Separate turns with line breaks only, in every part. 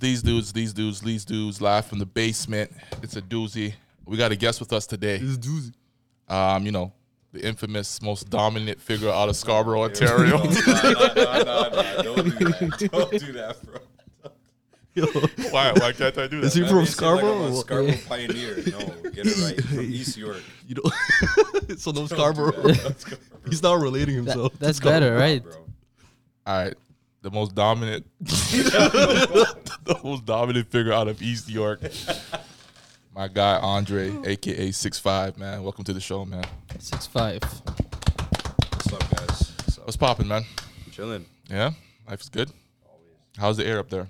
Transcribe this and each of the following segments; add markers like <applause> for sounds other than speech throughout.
These dudes, these dudes, these dudes, live from the basement. It's a doozy. We got a guest with us today.
It's doozy. <laughs>
Um, you know, the infamous, most dominant figure out of Scarborough,
<laughs>
Ontario.
Nah, nah, <laughs> nah, don't do that. Don't do that, bro.
<laughs> why, why can't I do
Is he
that?
from
That makes it like I'm
Scarborough?
a
or what?
Scarborough pioneer. No, get it right.
<laughs>
From East York.
You know, <laughs> so no Scarborough. <laughs> He's not relating
That-
himself. to
that's
Scarborough.
better, right?
Bro.
All right. The most dominant, <laughs> the most dominant figure out of East York. My guy Andre, aka 6'5", man. Welcome to the show, man.
Six five.
What's up, guys? What's up?
What's popping, man?
Chilling.
Yeah, life's good.
Always.
How's the air up there?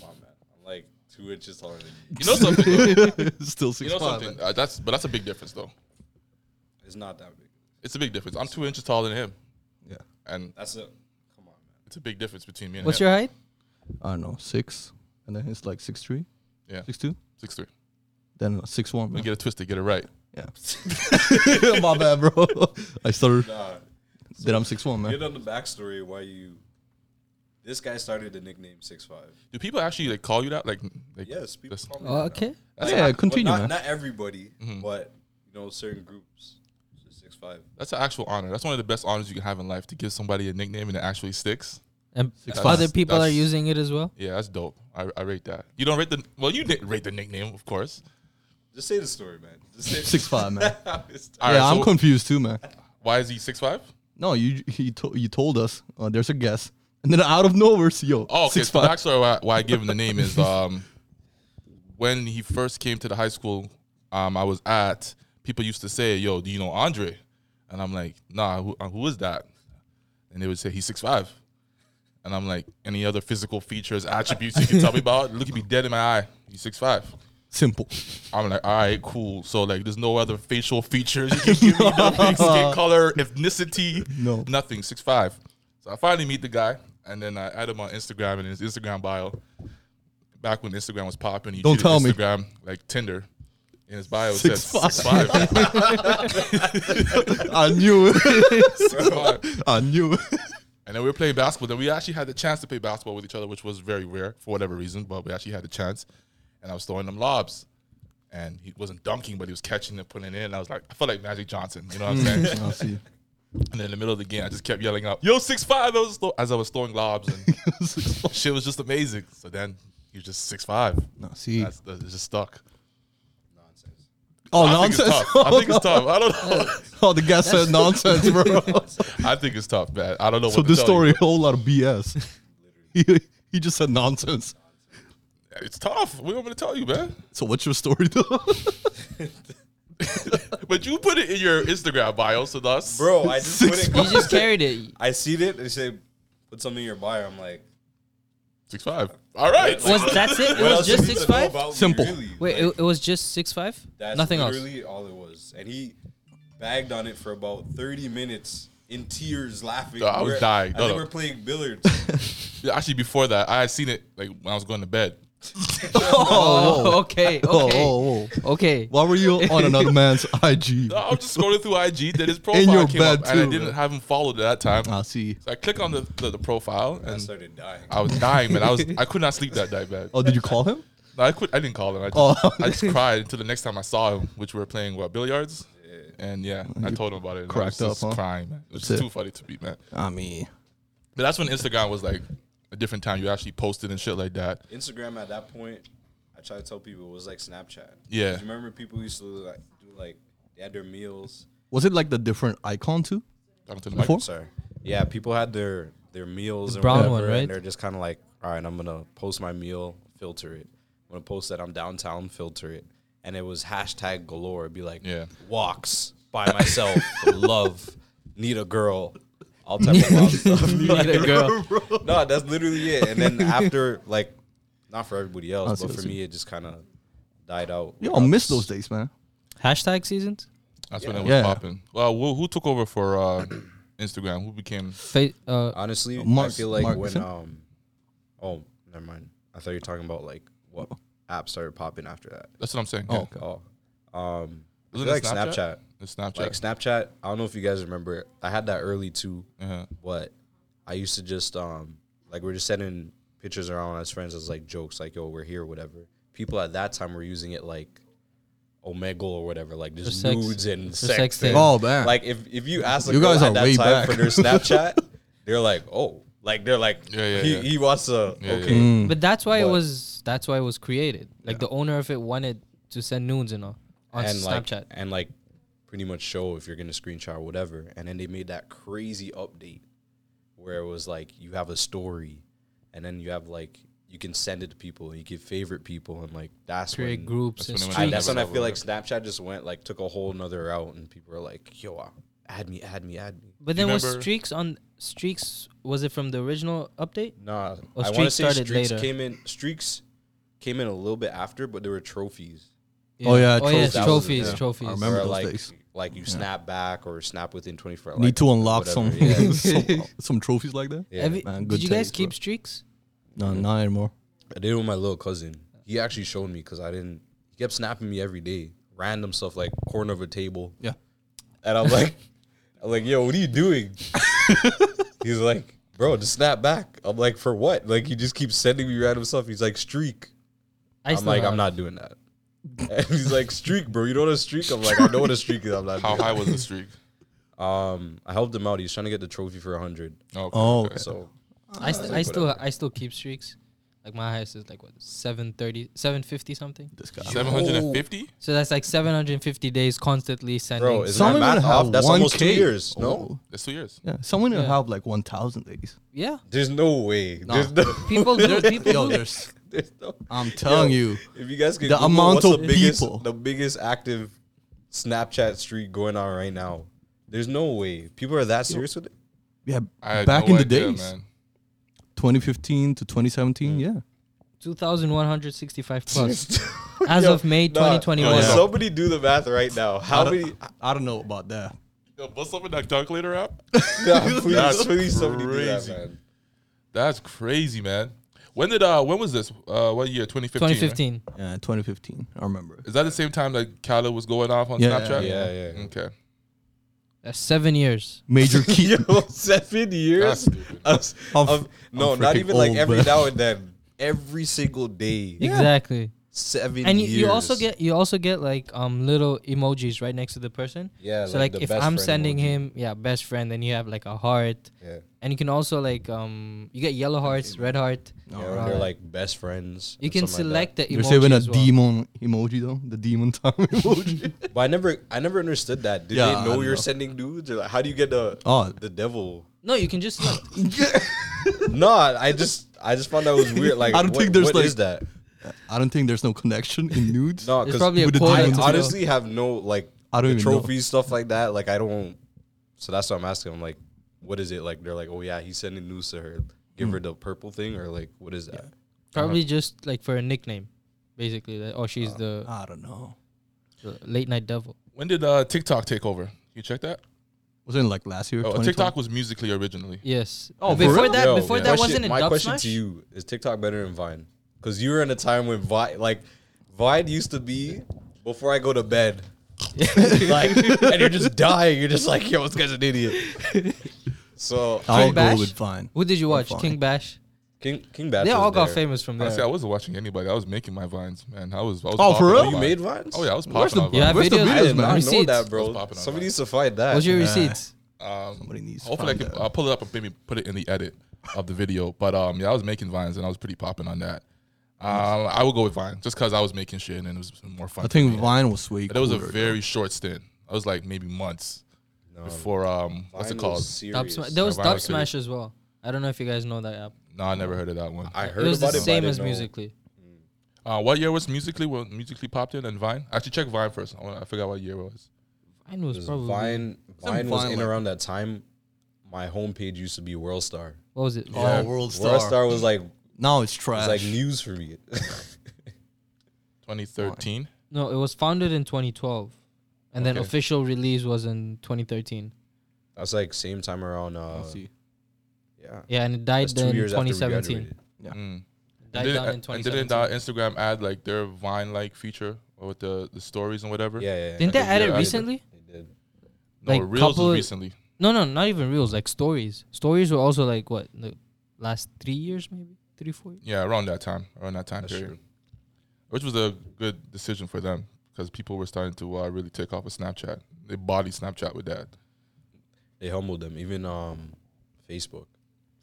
Come on, man. I'm like two inches taller than you.
You know something.
<laughs> Still six
You know
five.
something. Uh, that's but that's a big difference, though.
It's not that big.
It's a big difference. I'm two inches taller than him,
Yeah,
and
That's it. Come on, man.
it's a big difference between me and
What's
him.
your height?
I don't know six, and then it's like six three,
Yeah.
six two,
six three?
then six one.
Don't get it twisted. Get it right. <laughs>
Yeah, <laughs> my bad, bro. I started.
Nah.
Then I'm six one, man.
Get on the backstory why you. This guy started the nickname Six Five.
Do people actually like call you that? Like, like
Yes, people
That's-
call me
Oh,
that.
okay.
that's,
yeah,
yeah.
continue,
Well, not,
man.
not everybody,
Mhm.
but you know, certain groups. So Six Five.
that's an actual honor. That's one of the best honors you can have in life to give somebody a nickname and it actually sticks.
And
Six
other
five.
people are
That's-
using it as well.
Yeah, that's dope. I, I rate that. You don't rate the well. You didn't rate the nickname, of course.
Just say the story, man. Just say
Six five, man.
<laughs> It's-
<laughs> All
yeah,
right,
I'm
so
confused too, man.
Why is he six five?
No, you he to, you told us uh, there's a guess, and then out of nowhere, it's, yo,
Oh, okay.
six
so the
five.
backstory why, why I give him the name is um, <laughs> when he first came to the high school um, I was at, people used to say, yo, do you know Andre? And I'm like, nah, who, uh, who is that? And they would say, he's 6'5. And I'm like, any other physical features, attributes you can tell me about? Look at me dead in my eye. He's 6'5.
Simple. <laughs>
I'm like, all right, cool. So, like, there's no other facial features you can give me, no big
<laughs>
skin color, ethnicity,
No.
nothing. 6'5. So, I finally meet the guy, and then I add him on Instagram, and his Instagram bio, back when Instagram was popping, he
Don't
treated
tell me.
Instagram like Tinder. In his bio, it
Six
said 6'5.
I knew it. <laughs>
So,
I knew it. <laughs>
And then we were playing basketball. Then we actually had the chance to play basketball with each other, which was very rare for whatever reason, but we actually had the chance. And I was throwing them lobs. And he wasn't dunking, but he was catching and putting it in. And I was like, I felt like Magic Johnson. You know what I'm
<laughs>
saying?
I see.
and then in the middle of the game, I just kept yelling out, Yo, 6'5! I was throw- as I was throwing lobs. And
<laughs> Six five.
shit was just amazing. So then he was just 6'5.
No, see.
That's, that's just stuck.
Nonsense.
oh,
I Think
nonsense.
it's tough. I think
<laughs>
it's tough. I don't know.
oh, the guy said
<laughs>
nonsense, bro.
I think it's tough, man. I don't know
so
what to
this
tell you.
story, a whole lot of BS.
<laughs>
he, he just said nonsense.
It's tough. We don't want to tell you, man.
So what's your story, though? <laughs>
But you put it in your Instagram bio, so thus.
Bro,
<laughs>
I just put it.
You just carried it.
I seen it. They say put something in your bio. I'm like,
Six five. All right.
Was that's it? It was just
do you
six
need to know
five.
about me,
Simple.
really?
Wait,
Like,
it, it was just six five.
that's
Nothing else.
literally all it was. And he bagged on it for about 30 minutes in tears, laughing.
No, I was
We're-
dying.
I
No,
think
no.
we're playing billiards.
<laughs> Yeah, Actually, before that, I had seen it like when I was going to bed.
<laughs>
<laughs>
Oh, okay,
<laughs> Oh,
okay,
oh, oh.
okay. <laughs>
Why were you <laughs> on another man's IG?
I was
<laughs>
just scrolling through IG, then his profile
your
came up,
bed
and I
too,
didn't
man. Uh.
have him followed at that time.
I see.
So I click on the, the, the profile,
I
and
started dying.
I was dying, man. I
<laughs>
was I could not sleep that night, man.
Oh, did you call him?
No, I quit. I didn't call him. I just,
Oh.
I just cried until the next time I saw him, which we were playing what billiards. And yeah, I told him about it. and I
cracked
was just
up, huh?
crying, man. It was
That's
just
it.
too funny to be, man.
I mean,
But that's when Instagram was like a different time. You actually posted and shit like that.
Instagram at that point, I try to tell people it was like Snapchat.
Yeah.
'Cause you remember people used to like do like they had their meals.
was it like the different icon too?
Talking to the mic.
Before?
Sorry. Yeah, people had their their meals
The
and
brown
whatever,
one, right?
and they're just kind of like, all right, I'm gonna post my meal, filter it. I'm gonna post that I'm downtown, filter it, and it was hashtag galore. It'd be like,
Yeah.
walks
<laughs>
by myself, love, need a girl, all type
<laughs>
of wild stuff.
Need a girl.
No, that's literally it. And then after, like, not for everybody
I
else,
see,
but
I
for
see.
me, it just kind of died out.
Yo, I miss those days, man.
Hashtag seasons.
That's when it was
Yeah.
popping. Well, who, who took over for uh, Instagram? Who became?
Fa- uh,
Honestly,
Mark-
I feel like
Mark
when
Finn?
um, oh, never mind. I thought you were talking about like what app started popping after that.
That's what I'm saying.
Oh, okay.
Oh, um, I
Wasn't
feel
it
like
Snapchat?
Snapchat?
It's Snapchat.
Like Snapchat. I don't know if you guys remember. it. I had that early too,
uh-huh.
but I used to just um, like we're just sending pictures around as friends as like jokes, like yo, we're here, whatever. People at that time were using it like Omegle or whatever, like just
sex-
nudes and
for
sex.
sexting.
and-
Oh, man.
Like if if you ask a
You
girl
guys
at
are
that
way
time
back.
for
<laughs>
their Snapchat, they're like, oh, like they're like,
Yeah, yeah,
he,
yeah.
he wants to
Yeah, yeah.
okay.
mm.
But that's why it
But-
was. That's why it was created. Like the owner of it wanted to send nudes and all on
and
Snapchat.
like and like pretty much show if you're gonna screenshot or whatever. And then they made that crazy update where it was like you have a story, and then you have like you can send it to people, you can favorite people, and like that's
create
when,
groups
That's
and
when it
streams.
went
I, that's when I
Never
feel like
mind.
Snapchat just went like took a whole nother route, and people are like, yo, uh, add me, add me, add me.
But
Do you
then was
remember-
streaks on streaks? Was it from the original update?
Nah,
Oh,
I want to
Streaks
say
started
streaks
later.
came in. Streaks came in a little bit after, but there were trophies.
Oh, yeah,
oh yeah,
trophies.
trophies,
Yeah.
trophies.
I remember
where,
those
like,
days.
Like you snap back or snap within 24 hours.
Need to unlock <laughs> some, uh,
Yeah.
some some trophies like that.
yeah.
Every-
man, good
did you guys
times,
keep
bro.
streaks?
No, not anymore.
I did it with my little cousin. He actually showed me because I didn't. He kept snapping me every day, random stuff like corner of a table,
Yeah.
and I'm like, <laughs> I'm like, yo, what are you doing? <laughs> He's like, bro, just snap back. I'm like, for what? Like, he just keeps sending me random stuff. He's like, streak.
I
I'm
still
like,
have
I'm
it.
not doing that. <laughs> And he's like, streak, bro. You know what a streak? I'm like, I know what a streak is. I'm not.
How
doing
high
it."
was the streak? <laughs>
Um, I helped him out. He's trying to get the trophy for hundred.
Okay,
Oh,
okay.
okay.
So
I, st- I still I still keep streaks. Like my highest is like what 730 750 something.
This guy.
750?
So that's like 750 days constantly sending.
Bro, is-
So-
Someone
that
would
math off?
have
That's
one
almost two
K. Oh.
years, no?
That's two years.
Yeah, someone would
Yeah.
have like one thousand days.
yeah.
there's no way. There's no. <laughs>
People do people
Yo,
do.
there's.
There's no.
I'm telling
Yo,
you,
If you guys could
The
Google
amount
what's
of
the biggest,
people.
the biggest active Snapchat streak going on right now. There's no way people are that serious with it.
yeah,
I had
back
no
in the
idea,
days,
man. Mm.
2015 to 2017. Yeah,
<laughs>
2165 plus as of May
Nah,
2021.
yo,
Yeah.
Somebody do the math right now. How many?
I don't know about that.
Yo, bust up in that calculator app.
Nah, <laughs>
<laughs>
please,
That's
please somebody do
crazy.
that, man.
That's crazy, man. When did uh when was this? Uh what year? 2015. right?
2015.
Yeah, 2015.
<laughs>
I remember.
Is that the same time that Khaled was going off on
Yeah,
Snapchat?
yeah, yeah, yeah.
Okay.
That's 7 years.
Major key.
Yo, <laughs> seven
That's
years.
stupid.
Of-
I'm-
of-
I'm
no, not
freaking
even like
old,
every
bro.
now and then. Every single day,
Exactly.
seven
and you,
years.
you also get you also get like um little emojis right next to the person.
yeah.
so like,
the
if
best
I'm
friend
sending
emoji.
him yeah best friend, then you have like a heart,
yeah,
and you can also like um you get yellow hearts, red heart.
yeah when they're like best friends.
You
and
can
something like that.
select the emoji.
You're saving a
as well.
demon emoji though. The demon
<laughs>
time emoji.
But I never, I never understood that. Did
Yeah,
they
I
know
don't
you're
know.
sending dudes? Or like, how do you get the
Oh.
the devil?
No, you can just select.
no, I just, I just found that was weird. Like, I don't think there's
like-
that?
I don't think there's no connection
<laughs>
in nudes.
No,
It's
because
probably a
with the
poll.
I
demon
to know.
honestly have no like
I don't
the
even know.
trophies stuff like that. Like, I don't. So that's what I'm asking. I'm like, what is it? Like, they're like, oh yeah, he's sending news to her.
Hmm.
Give her the purple thing, or like, what is that?
Probably just like for a nickname, basically. That, oh, she's the,
I don't know.
the late night devil.
When did uh TikTok take over? You check that?
Was it like last year?
Oh,
2020?
TikTok was musically originally.
Yes.
Oh, for
before
real?
that,
Yo,
before
yeah.
that
question-
wasn't it
My
Dub
question
Smash?
to you is: TikTok better than Vine? Because you were in a time when Vine, like, Vine used to be before I go to
<laughs>
bed. like, and you're just dying. You're just like, yo, this guy's an idiot. So
I'll
King Bash?
go with Vine.
Who did you watch?
fine.
King Bash.
King King Bash.
They
was
all got
there.
famous from
Honestly, I
there.
wasn't watching anybody. I was making my vines, man. I was. I was
Oh, for
popping
real?
on
You
Vine.
made vines?
Oh yeah, I was
Where's
popping.
the-
on
You
Vine.
have
Where's the
videos.
I
videos, man?
did not know
Receipts.
that,
I was
bro.
popping on
Somebody
Vine.
needs to find that.
What's your
Yeah.
receipts?
Um,
Somebody needs. to
hopefully, I
find
can,
that.
I'll pull it up and maybe put it in the edit of the video. But um, yeah, I was making vines and I was pretty popping on that. Um, I would go with Vine just because I was making shit and it was more fun.
I think Vine was way.
But that was a
cooler.
very short stint. I was like maybe months
Oh.
before um, what's it
Vine
called?
was
Dub
serious.
Smash. There was
Survivor
Dub
City.
Smash as well. I don't know if you guys know that app.
No, I never heard of that one.
I
It
heard
was the
about it.
same
but I
as
didn't know.
musically.
Uh, what year was musically? What musically popped in and Vine? Actually, check Vine first. I, wanna- I forgot what year it was.
Mine was
Because
probably
Vine, Vine was
Vine
in
like-
around that time. My homepage used to be Worldstar.
what was it?
Oh,
Yeah.
World Star.
Worldstar was like
Now it's
It's
trash.
like news for me. <laughs>
2013.
No, it was founded in 2012, and then
Okay.
official release was in 2013.
That's like same time around. Uh,
Let's see.
yeah,
Yeah, and it died
That's
then in
after we
2017.
graduated.
Yeah.
Mm.
Died
and didn't,
down in
and
2017.
didn't uh, Instagram add like their Vine like feature with the, the stories and whatever?
Yeah, yeah. yeah.
Didn't they
think
add
they
it
added it.
recently?
They did.
No,
Like,
Reels
couple-
was recently.
No, no, not even reels. Like stories. Stories were also like what the last three years maybe. three, four.
Yeah, around that time, around that time
That's
period,
true.
which was a good decision for them because people were starting to uh, really take off with Snapchat. They body Snapchat with that.
They humbled them. Even um, Facebook.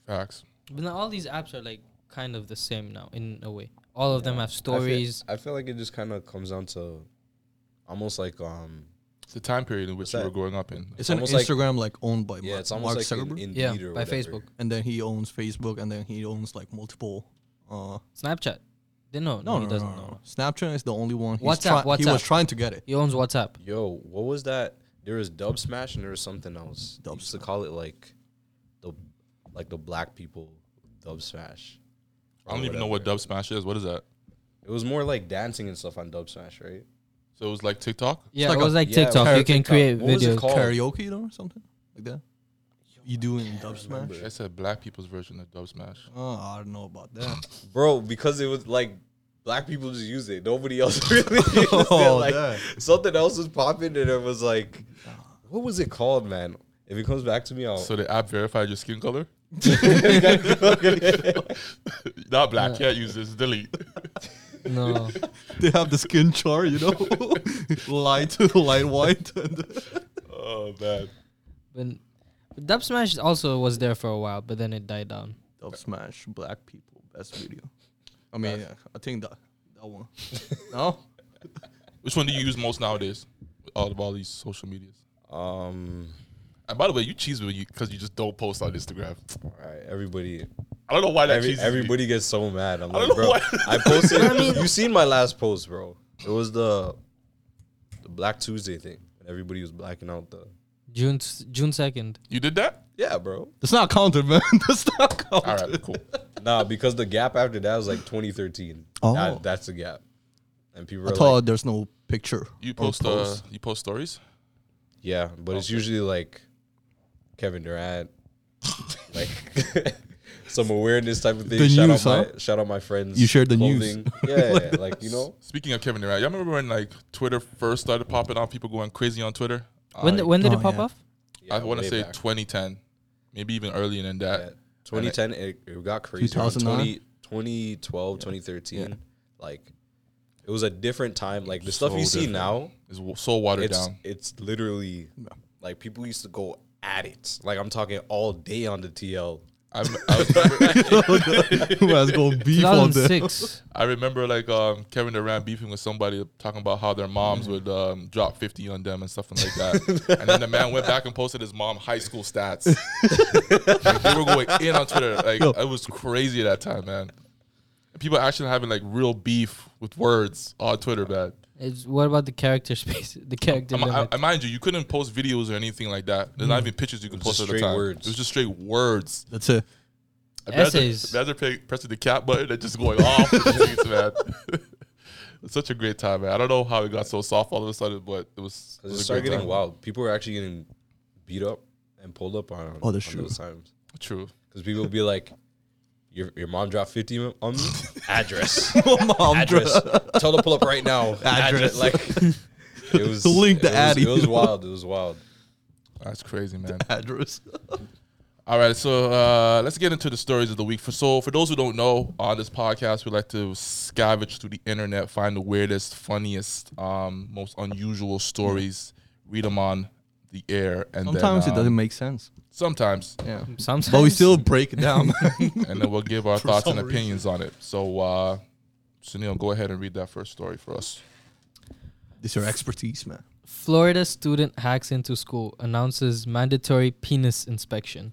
Facts.
But now all these apps are like kind of the same now in a way. All of them have stories.
I feel, I feel like it just kind of comes down to almost like um,
It's the time period in which
What's
you
that?
were growing up in.
It's an
almost like-
Instagram like owned by
yeah,
Mark,
it's almost
Mark
like an
Zuckerberg,
Indeed
Yeah,
or
by
whatever.
Facebook.
and then he owns Facebook, and then he owns like multiple.
Oh,
Uh,
Snapchat. They
no,
know. No,
no,
he
no,
doesn't
no,
know.
no. Snapchat is the only one. He's
WhatsApp,
try- He was
WhatsApp.
trying to get it.
He owns WhatsApp.
Yo, what was that? There was Dub Smash and there was something else. They
Dub
used to call it like the like the black people Dub Smash.
I don't
Or
even know what
whatever.
Dub Smash is. What is that?
It was more like dancing and stuff on Dub Smash, right?
So it was like TikTok.
Yeah,
like
it
a-
was like
yeah,
TikTok.
like
you can
TikTok.
create
What was it
videos.
called?
Karaoke though, or something like that. You do in Dub Smash?
remember.
I said black people's version of Dub Smash.
Oh, I don't know about that. <laughs>
Bro, because it was like black people just used it. Nobody else <laughs> really
<laughs>
used it.
Oh,
Like
damn.
something else was popping and it was like what was it called, man? If it comes back to me, I'll
So the app verified your skin <laughs> color. Not black. Can't use this. Delete.
<laughs>
No.
they have the skin chart, you know, <laughs> light, <laughs> light white. And
<laughs> Oh man.
But, but Dub Smash also was there for a while, but then it died down.
Dub Smash, Black People, best video. I mean, yeah, I think that that one. <laughs> no,
Which one do you use most nowadays? All of all these social medias.
um
And by the way, you cheese with you because you just don't post on Instagram.
all right, everybody
I don't know why that
Every,
cheeses me.
everybody gets so mad. I'm
I
like,
don't know
bro,
why.
I
<laughs>
posted. you seen my last post, bro? It was the the Black Tuesday thing, and everybody was blacking out the.
June s- June second.
You did <laughs> that?
Yeah, bro.
that's not counted, man. <laughs> That's not counted.
All right, cool.
Nah, because the gap after that was like 2013.
Oh.
That- that's the gap. And people
I
were
thought
like,
there's no picture.
You
or
post,
<laughs>
Uh, you post stories.
yeah, but it's usually like Kevin Durant, like <laughs> some awareness type of thing.
The
shout
news,
out
huh?
my shout out my friends.
You shared the news. <laughs>
clothing. Yeah, like you know.
Speaking of Kevin Durant, y'all remember when like Twitter first started popping off? People going crazy on Twitter.
When
I,
the, when did
oh,
it pop
yeah.
off?
I want to
way
say
back.
2010, maybe even earlier than that.
Yeah, 2010 it, it got crazy
2009?
20, 2012 2013 like it was a different time like the stuff
So
you see
different.
now
It's w- so watered
it's
down.
it's literally like people used to go at it like i'm talking all day on the tl
I'm, I, remember,
Let's go beef on that.
2006.
I remember like um, Kevin Durant beefing with somebody talking about how their moms would um, drop 50 on them and stuff like
<laughs>
that. and then the man went back and posted his mom high school stats. Like, they were going in on Twitter. Like it was crazy at that time, man. And people actually having like real beef with words on Twitter, man.
It's, what about the character <laughs> space? The character
I'm- I,
limit.
I mind you, you couldn't post videos or anything like that. There's not even pictures you could
Mm. It
post
was just
at the
straight
time.
words.
It was just straight words.
That's
<laughs>
it.
Essays.
Rather, rather pay, pressing the cap button and just going off. with things, man. <laughs> It's such a great time, man. I don't know how it got so soft all of a sudden, but it was.
because
was a
it started
great
getting
time.
wild people were actually getting beat up and pulled up on,
Oh,
on
that's true.
those times
True.
because people would be like your, your mom dropped 50 on me
<laughs>
address
Mom,
address. <laughs> Tell them to pull up right now.
Address.
Address. Like it was.
The link to
it was-
Addy.
It was wild. It was wild.
That's crazy, man.
address.
All right, so uh, let's get into the stories of the week. For so, for those who don't know, on this podcast, we like to scavenge through the internet, find the weirdest, funniest, um, most unusual stories, read them on the air, and
Sometimes
then,
it
um,
doesn't make sense.
Sometimes,
Yeah,
Sometimes.
but we still break it down. <laughs>
and then we'll give our thoughts and
some reason.
opinions on it. So, uh, Sunil, go ahead and read that first story for us.
It's your expertise, man.
Florida student hacks into school, announces mandatory penis inspection.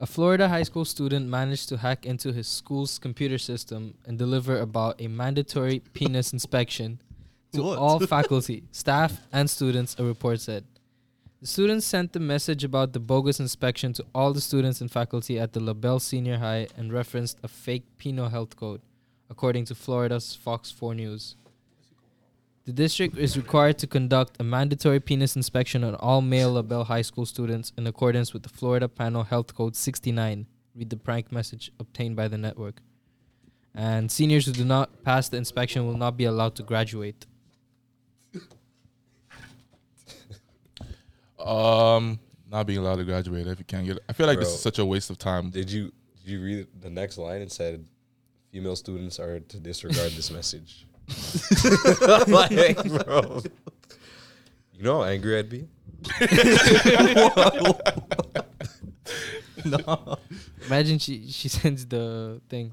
A Florida high school student managed to hack into his school's computer system and deliver about a mandatory penis inspection to
What?
all faculty, staff, and students, a report said. The students sent the message about the bogus inspection to all the students and faculty at the LaBelle Senior High and referenced a fake penal health code, according to Florida's Fox 4 News. The district is required to conduct a mandatory penis inspection on all male LaBelle High School students in accordance with the Florida Panel Health Code 69. Read the prank message obtained by the network. And seniors who do not pass the inspection will not be allowed to graduate.
Um, not being allowed to graduate if you can't get. It. I feel like this
Bro.
is such a waste of time.
Did you did you read the next line and said female students are to disregard this message. like, bro. You know how angry I'd be?
Imagine she she <laughs> sends the thing.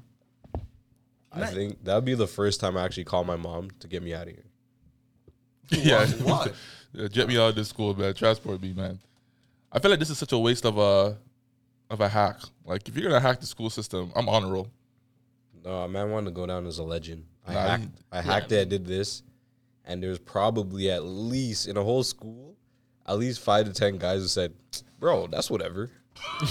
I think that'd be the first time I actually call my mom to get me out of here.
<laughs> yeah.
Why?
<laughs> Yeah, Jet me out of this school, man. Transport me, man. I feel like this is such a waste of a of a hack. Like if you're gonna hack the school system, I'm on a roll.
No, a man wanted to go down as a legend. I
Nah,
hacked,
you-
I hacked it. I did this, and there's probably at least in a whole school, at least five to ten guys who said, "Bro, that's whatever."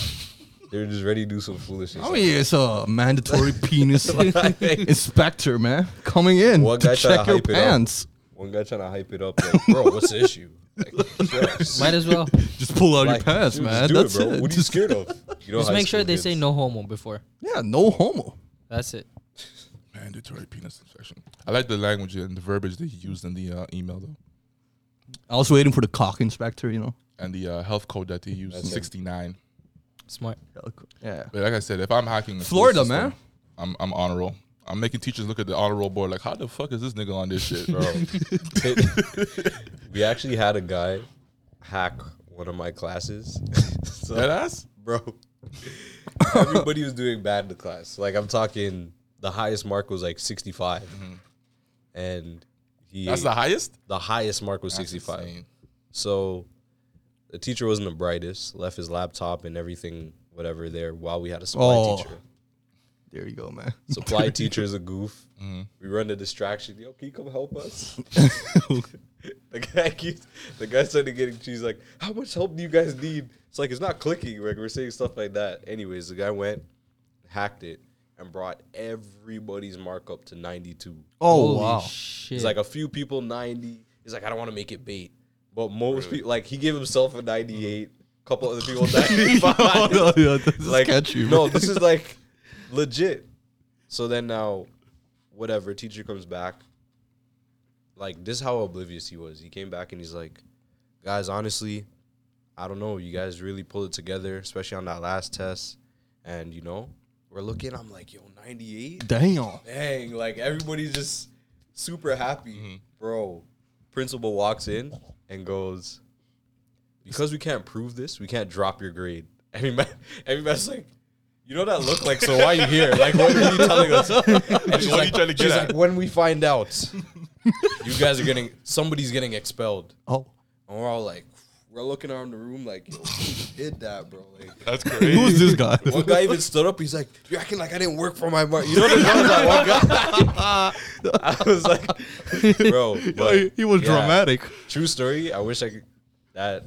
<laughs>
They're just ready to do some foolishness.
I mean, Oh, it's a <laughs> mandatory penis inspector, man, coming in
One guy
to
tried to
check your
hype it up.
pants.
One guy trying to hype it up, like, "Bro, what's the issue?" Like,
<laughs>
just,
Might
<laughs>
as well.
Just pull out
like,
your pants,
dude, just
man.
do
That's
bro. What are you
Just- <laughs>
scared of? You know
Just
high
make sure
school
they
kids.
say no homo before.
yeah, no homo.
That's it.
Mandatory penis infection. I like the language and the verbiage that he used in the uh, email though,
I was waiting for the cock inspector, you know.
and the uh, health code that he used.
That's it.
69.
Smart.
Yeah.
But like I said, if I'm hacking the school
Florida,
system,
man.
I'm I'm on a roll. I'm making teachers look at the honor roll board like, how the fuck is this nigga on this shit, <laughs> bro?
<laughs>
we actually had a guy hack one of my classes. <laughs> so,
Dead ass?
bro. Everybody was doing bad in the class. Like I'm talking, the highest mark was like 65, and he
Mm-hmm. That's the highest?
the highest mark was
That's
65.
insane.
So the teacher wasn't the brightest. Left his laptop and everything, whatever, there while we had a supply
Oh.
teacher.
There you go, man. <laughs>
<laughs>
Supply teacher is a goof.
Mm-hmm.
We run the distraction. Yo, can you come help us?
<laughs>
the guy keeps, the guy started getting. She's like, "How much help do you guys need?" It's like it's not clicking. Like we're saying stuff like that. Anyways, the guy went, hacked it, and brought everybody's markup to ninety two.
Oh
Holy
wow.
shit.
It's like a few people ninety. He's like, I don't want to make it bait, but most people like he gave himself a ninety eight. Couple other people ninety
<laughs> Oh,
five
Mm-hmm. no, yeah, this is
like
sketchy,
no,
bro.
this is like legit. So then now, whatever teacher comes back, like this is how oblivious he was. He came back and he's like, guys, honestly, I don't know. You guys really pulled it together, especially on that last test, and you know, we're looking. I'm like, yo, ninety eight
Damn.
dang, like everybody's just super happy, bro. Mm-hmm. Principal walks in and goes, because we can't prove this, we can't drop your grade. <laughs> Every man, every man's like, you know that look like. So why are you here? Like, what are you
<laughs>
telling us? And
<laughs>
she's
What are you
like-
trying to get
she's
at?
like, when we find out,
<laughs>
you guys are getting somebody's getting expelled,
Oh.
and we're all like, we're looking around the room like, yo, who did that, bro? Like.
That's <laughs> crazy.
Who's this <laughs> guy?
One guy even stood up. He's like, "You're acting like I didn't work for my mark." You know the one, that one guy. <laughs> I was <laughs> like, "Bro, but
<laughs> he was
yeah.
dramatic.
True story. I wish I could. That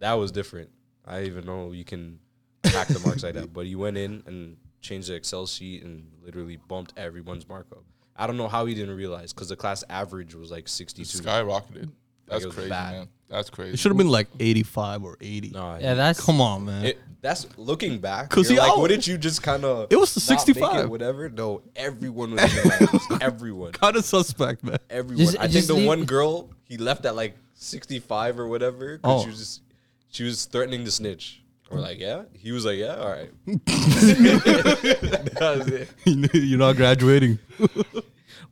that was different. I didn't even know you can hack the marks like that. But he went in and changed the Excel sheet and literally bumped everyone's markup. I don't know how he didn't realize because the class average was like 62.
Skyrocketed. That's
it was
crazy,
bad.
man. That's crazy.
It should have been like 85 or 80.
Nah,
yeah, that's
Come on, man.
It, that's looking back.
'Cause
Because
he
like,
out.
wouldn't you just kind of?
It was the 65.
whatever. No, everyone was in the
<laughs>
lines. everyone,
kind of suspect,
<laughs>
man.
everyone.
Just-
I think
just
the
leave-
one girl he left at like sixty-five or whatever. 'cause
Oh.
she was just she was threatening to snitch. We're like, yeah. He was like, yeah, all right.
<laughs>
<laughs> that was it.
You're not graduating.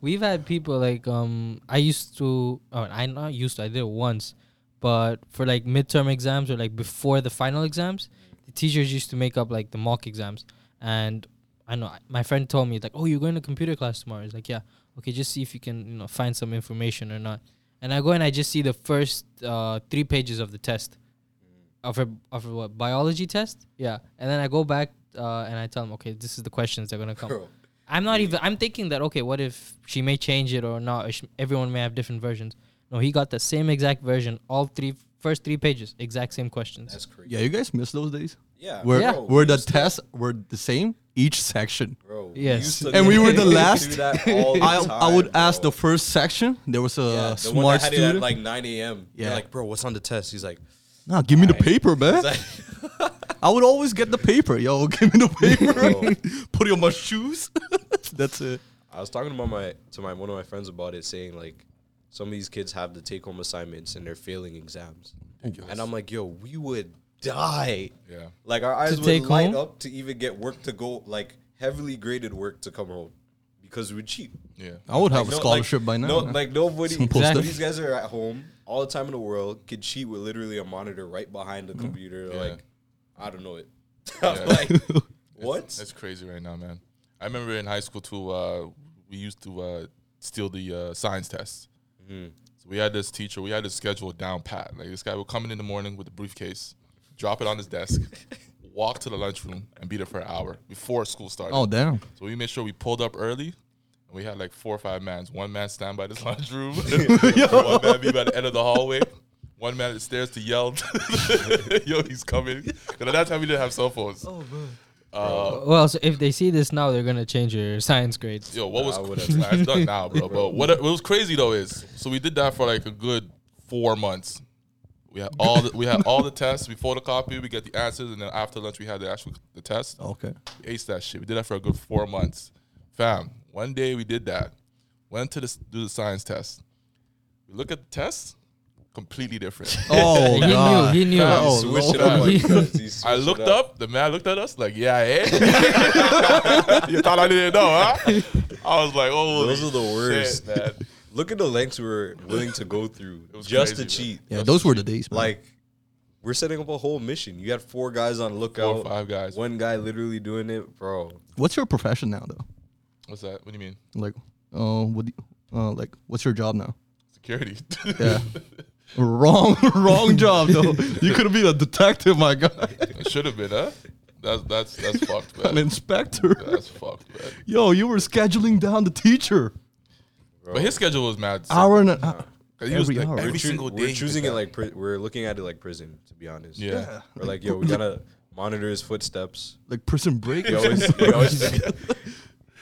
We've had people like um I used to oh I not used to I did it once, but for like midterm exams or like before the final exams, the teachers used to make up like the mock exams. And I know I- my friend told me like, oh, you're going to computer class tomorrow. He's like, yeah, okay, just see if you can you know find some information or not. And I go and I just see the first uh, three pages of the test, of a of a what biology test, yeah. And then I go back uh, and I tell them, okay, this is the questions they're gonna come.
Bro.
I'm not even. I'm thinking that okay, what if she may change it or not? Or sh everyone may have different versions. No, he got the same exact version. All three first three pages, exact same questions.
That's crazy.
Yeah, you guys miss those days.
Yeah,
Where
Yeah.
bro,
where the
used to-
tests were the same each section.
Bro,
Yes.
used to
And we were the
do
last.
that
<laughs>
all the
I I would
time,
ask
bro.
the first section. There was a
Yeah, the one
smart
that had it
student.
at like 9 a.m. Yeah,
Yeah.
like, bro, what's on the test? He's like,
<laughs> nah, give me the paper, man.
like-
I would always get the paper. Yo, <laughs> give
<laughs>
me the
Bro.
paper. <laughs> Put it on my shoes. <laughs> That's it.
I was talking about my to my one of my friends about it, saying like some of these kids have the take home assignments and they're failing exams, and I'm like, yo, we would die.
Yeah.
like our eyes would
take
light
home?
up to even get work to go, like heavily graded work to come home. because we're cheap.
Yeah.
I would have
Like,
a
no-
scholarship
like,
by now.
No, like nobody.
Simple stuff.
These guys are at home all the time in the world. Could cheat with literally a monitor right behind
Mm-hmm.
the computer.
Yeah.
Like, I don't know it. <laughs>
Yeah.
<laughs>
like, what?
That's crazy right now, man. I remember in high school too. Uh, we used to uh, steal the uh, science test. So we had this teacher. We had his schedule down pat. Like this guy would come in in the morning with a briefcase, drop it on his <laughs> desk, walk to the lunchroom, and be there for an hour before school started.
oh damn!
So we made sure we pulled up early. And we had like four or five mans. One man stand by this <laughs>
<laughs>
lunchroom. one man be by the end of the hallway. One man at the stairs to yell, <laughs> "Yo, he's coming!" Because at that time we didn't have cell phones. Oh, uh,
Well, so if they see this now, they're gonna change your <laughs> science grades.
Yo, what
Nah,
was
I
cool? <laughs>
would've-
Nah, it's done now, bro. But what, what was crazy though is so we did that for like a good four months. We had all the, we had all the tests. We photocopy, we get the answers, and then after lunch we had the actual the test.
Okay.
We aced that shit. We did that for a good four months, fam. One day we did that. Went to the, s- do the science test. We look at the test, completely
<laughs>
different.
Oh
he
god!
knew. He knew.
Facts.
He
Oh,
switched
Lord.
it up like <laughs>
He-
this. He switched
I
it
looked
up.
up. The man looked at us like, "Yeah, eh." <laughs> you thought I didn't know, huh? I was like, "Oh,
Those are the worst.
man."
<laughs> Look at the lengths we were willing to go through
was crazy,
just to
bro.
cheat.
Yeah, those were the days. Bro.
Like, we're setting up a whole mission. You had four guys on lookout.
Four or five guys.
One guy literally doing it, bro.
what's your profession now, though?
What's that? What do you mean?
Like, uh, what? Do you, uh, like, what's your job now?
Security.
Yeah. wrong, <laughs> wrong job though. You could have been a detective, my guy,
<laughs>
<laughs>
it should have been, huh? That's that's that's fucked,
an
man.
inspector.
That's fucked, man.
Yo, you were scheduling down the teacher.
But his schedule was mad. sick.
Hour and a hour.
'Cause he was
every
like,
hour.
every
We're choo-
single day.
We're
he did
choosing it
that.
like pri- we're looking at it like prison, to be honest.
Yeah.
We're like, yo,
<laughs>
we gotta monitor his footsteps.
Like prison break.
He always,
<laughs>
he
<laughs>
always, forget-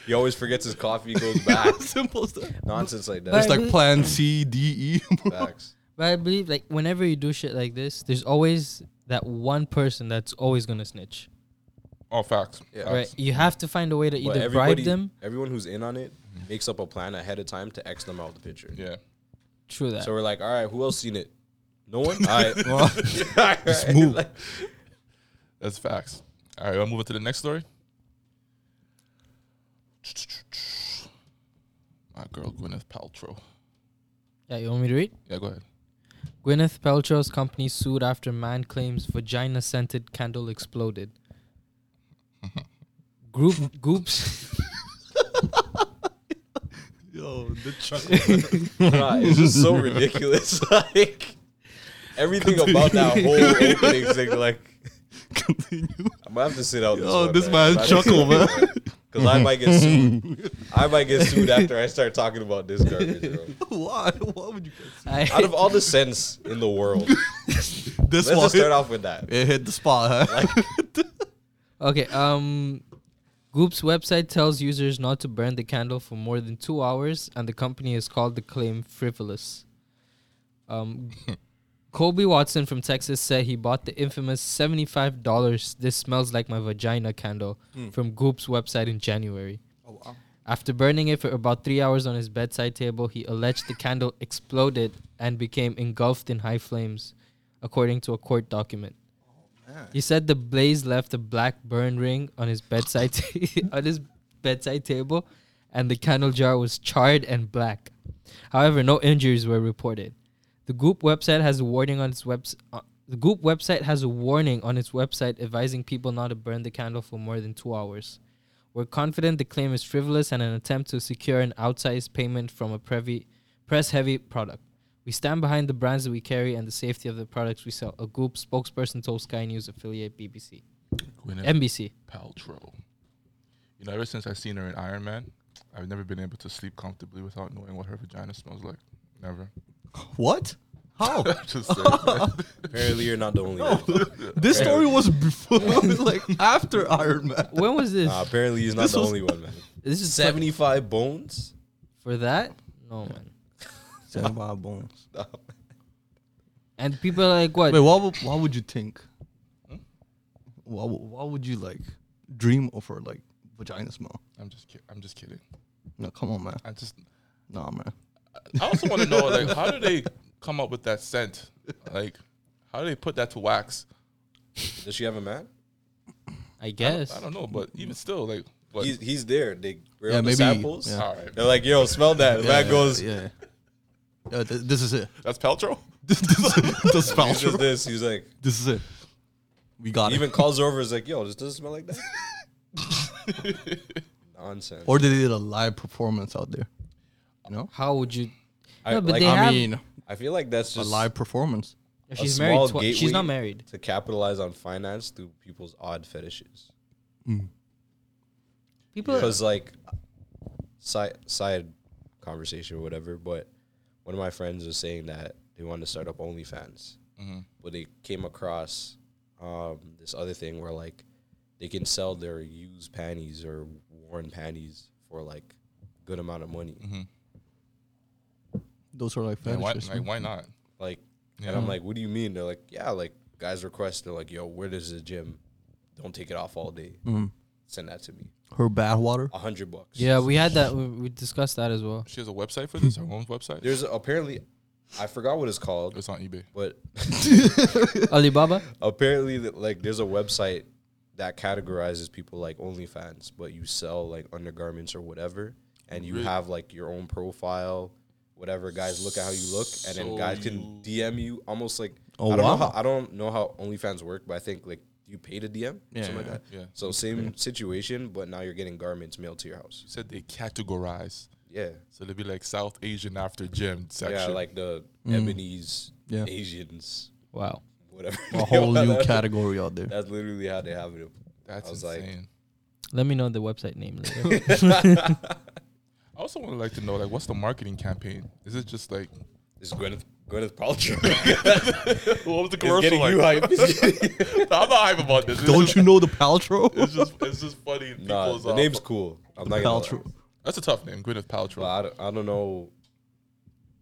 he always forgets his coffee goes back.
Simple stuff.
Nonsense like that.
It's
It's like plan C, D, E. <laughs>
<laughs>
Facts.
But I believe like whenever you do shit like this, there's always that one person that's always gonna snitch.
oh, facts.
Yeah.
Facts.
Right? You have to find a way to
But
either bribe
everybody-
them.
Everyone who's in on it
Mm-hmm.
makes up a plan ahead of time to X them out the picture.
Yeah.
True that.
So we're like, all right, who else seen it?
<laughs>
No one. All right, <laughs>
Just move.
That's facts. All right, I'll move on to the next story. My girl Gwyneth Paltrow.
yeah, you want me to read?
Yeah, go ahead.
Gwyneth Paltrow's company sued after man claims vagina-scented candle exploded. Group Goops.
Yo,
<laughs>
the chuckle.
Nah, it's just so ridiculous. <laughs> like everything about that
<laughs>
whole opening thing, like
<laughs> Continue. <laughs>
I'm gonna have to sit out. This
Yo,
one,
this
man.
man's chuckle, man.
<laughs> Because I might get
<laughs>
sued. I might get sued after I start talking about this garbage. Bro.
Why? Why would you?
Out of all the sense in the world,
<laughs> This
let's
one.
just start off with that.
It hit the spot, huh?
Okay, um Goop's website tells users not to burn the candle for more than two hours, and the company has called the claim frivolous.
<laughs>
Um, Kobe Watson from Texas said he bought the infamous $75 This Smells Like My Vagina candle from Goop's website in January.
Hmm. oh, wow.
After burning it for about three hours on his bedside table, he alleged the candle <laughs> exploded and became engulfed in high flames, according to a court document. He said the blaze left a black burn ring on his bedside <laughs> ta- on his bedside table, and the candle jar was charred and black. However, no injuries were reported. The group website has a warning on its webs. Uh, the group website has a warning on its website advising people not to burn the candle for more than two hours. We're confident the claim is frivolous and an attempt to secure an outsized payment from a previ- press-heavy product. We stand behind the brands that we carry and the safety of the products we sell. A group spokesperson told Sky News affiliate BBC,
Gwyneth
NBC.
Paltrow. You know, ever since I've seen her in Iron Man, I've never been able to sleep comfortably without knowing what her vagina smells like. Never. <laughs>
<laughs> What?
<laughs>
How?
Just saying, man.
Apparently, you're not the only one.
This story was before, <laughs> like after Iron Man.
When was this?
Nah, apparently, he's not
This
the
was-
only one, man.
this is seven
75 bones?
for that? No man.
Seventy-five bones.
And people are like, what?
Wait, why would, why would you think?
Hmm?
Why, would- why would you like dream of her like vagina smell?
I'm just kidding. I'm just kidding.
No, come on, man.
I just.
Nah, man.
I also want to know, like, how do they come up with that scent? Like, how do they put that to wax?
Does she have a man?
I guess.
I don't know, but even still, like, But
he's he's there. They we're
Yeah,
on the
maybe-
samples.
yeah.
all right,
They're like, yo, smell that.
Yeah,
that goes.
Yeah. Yeah, th- this is it. <laughs>
that's Paltrow.
This, this,
<laughs>
this,
He's
this,
just this.
<laughs>
He's like,
this is it. We got
he
it.
even calls her over. Is like, yo, this doesn't smell like that.
<laughs>
Nonsense.
Or they did a live performance out there. You know?
How would you?
I,
No, but
like,
they
I
have-
mean,
I feel like that's
a
just
live performance.
She's
small
married. Twi- she's
gateway
not married.
to capitalize on finance through people's odd fetishes.
People.
Because like, side side conversation or whatever. But one of my friends was saying that they wanted to start up OnlyFans, but they came across um, this other thing where like they can sell their used panties or worn panties for like good amount of money.
Those are like
Yeah, why,
fetishes.
like, why not?
Like,
Yeah.
and I'm like, what do you mean? They're like, yeah, like guys request. They're like, yo, where does the gym? Don't take it off all day. Send that to me.
Her bath water.
A hundred bucks.
Yeah, we had that. We, we discussed that
<laughs>
as well.
She has a website for this. Her own website.
Mm-hmm. There's apparently, I forgot what it's called,
It's on eBay.
but
Alibaba.
apparently, that, like, there's a website that categorizes people like OnlyFans, but you sell like undergarments or whatever, and you
Really?
have like your own profile, whatever. Guys look at how you look, and then guys can DM you almost like
Oh,
I don't
wow.
know how I don't know how OnlyFans work, but I think like you pay to DM,
Yeah,
something
yeah,
like that.
yeah.
So same situation, but now you're getting garments mailed to your house.
She said they categorize.
Yeah.
So they'd be like South Asian after gym section.
Yeah, like the Ebonese,
Mm. Yeah.
Asians,
Wow.
whatever.
A
<laughs>
whole new
That's-
category out there.
That's literally how they have it.
that's
I was like-
insane.
Let me know the website name later.
<laughs>
I also would like to know like what's the marketing campaign? Is it just like
It's Gwyneth, Gwyneth Paltrow.
what was the
<laughs> It's getting you hype. It's <laughs> getting-
<laughs> I'm not hype about this. It's
Don't
just-
you know the Paltrow?
<laughs> It's just it's just funny.
nah,
people's,
the
uh,
name's cool. I'm not gonna lie.
Paltrow.
That's a tough name, Gwyneth
But
Paltrow.
I don't, I don't know.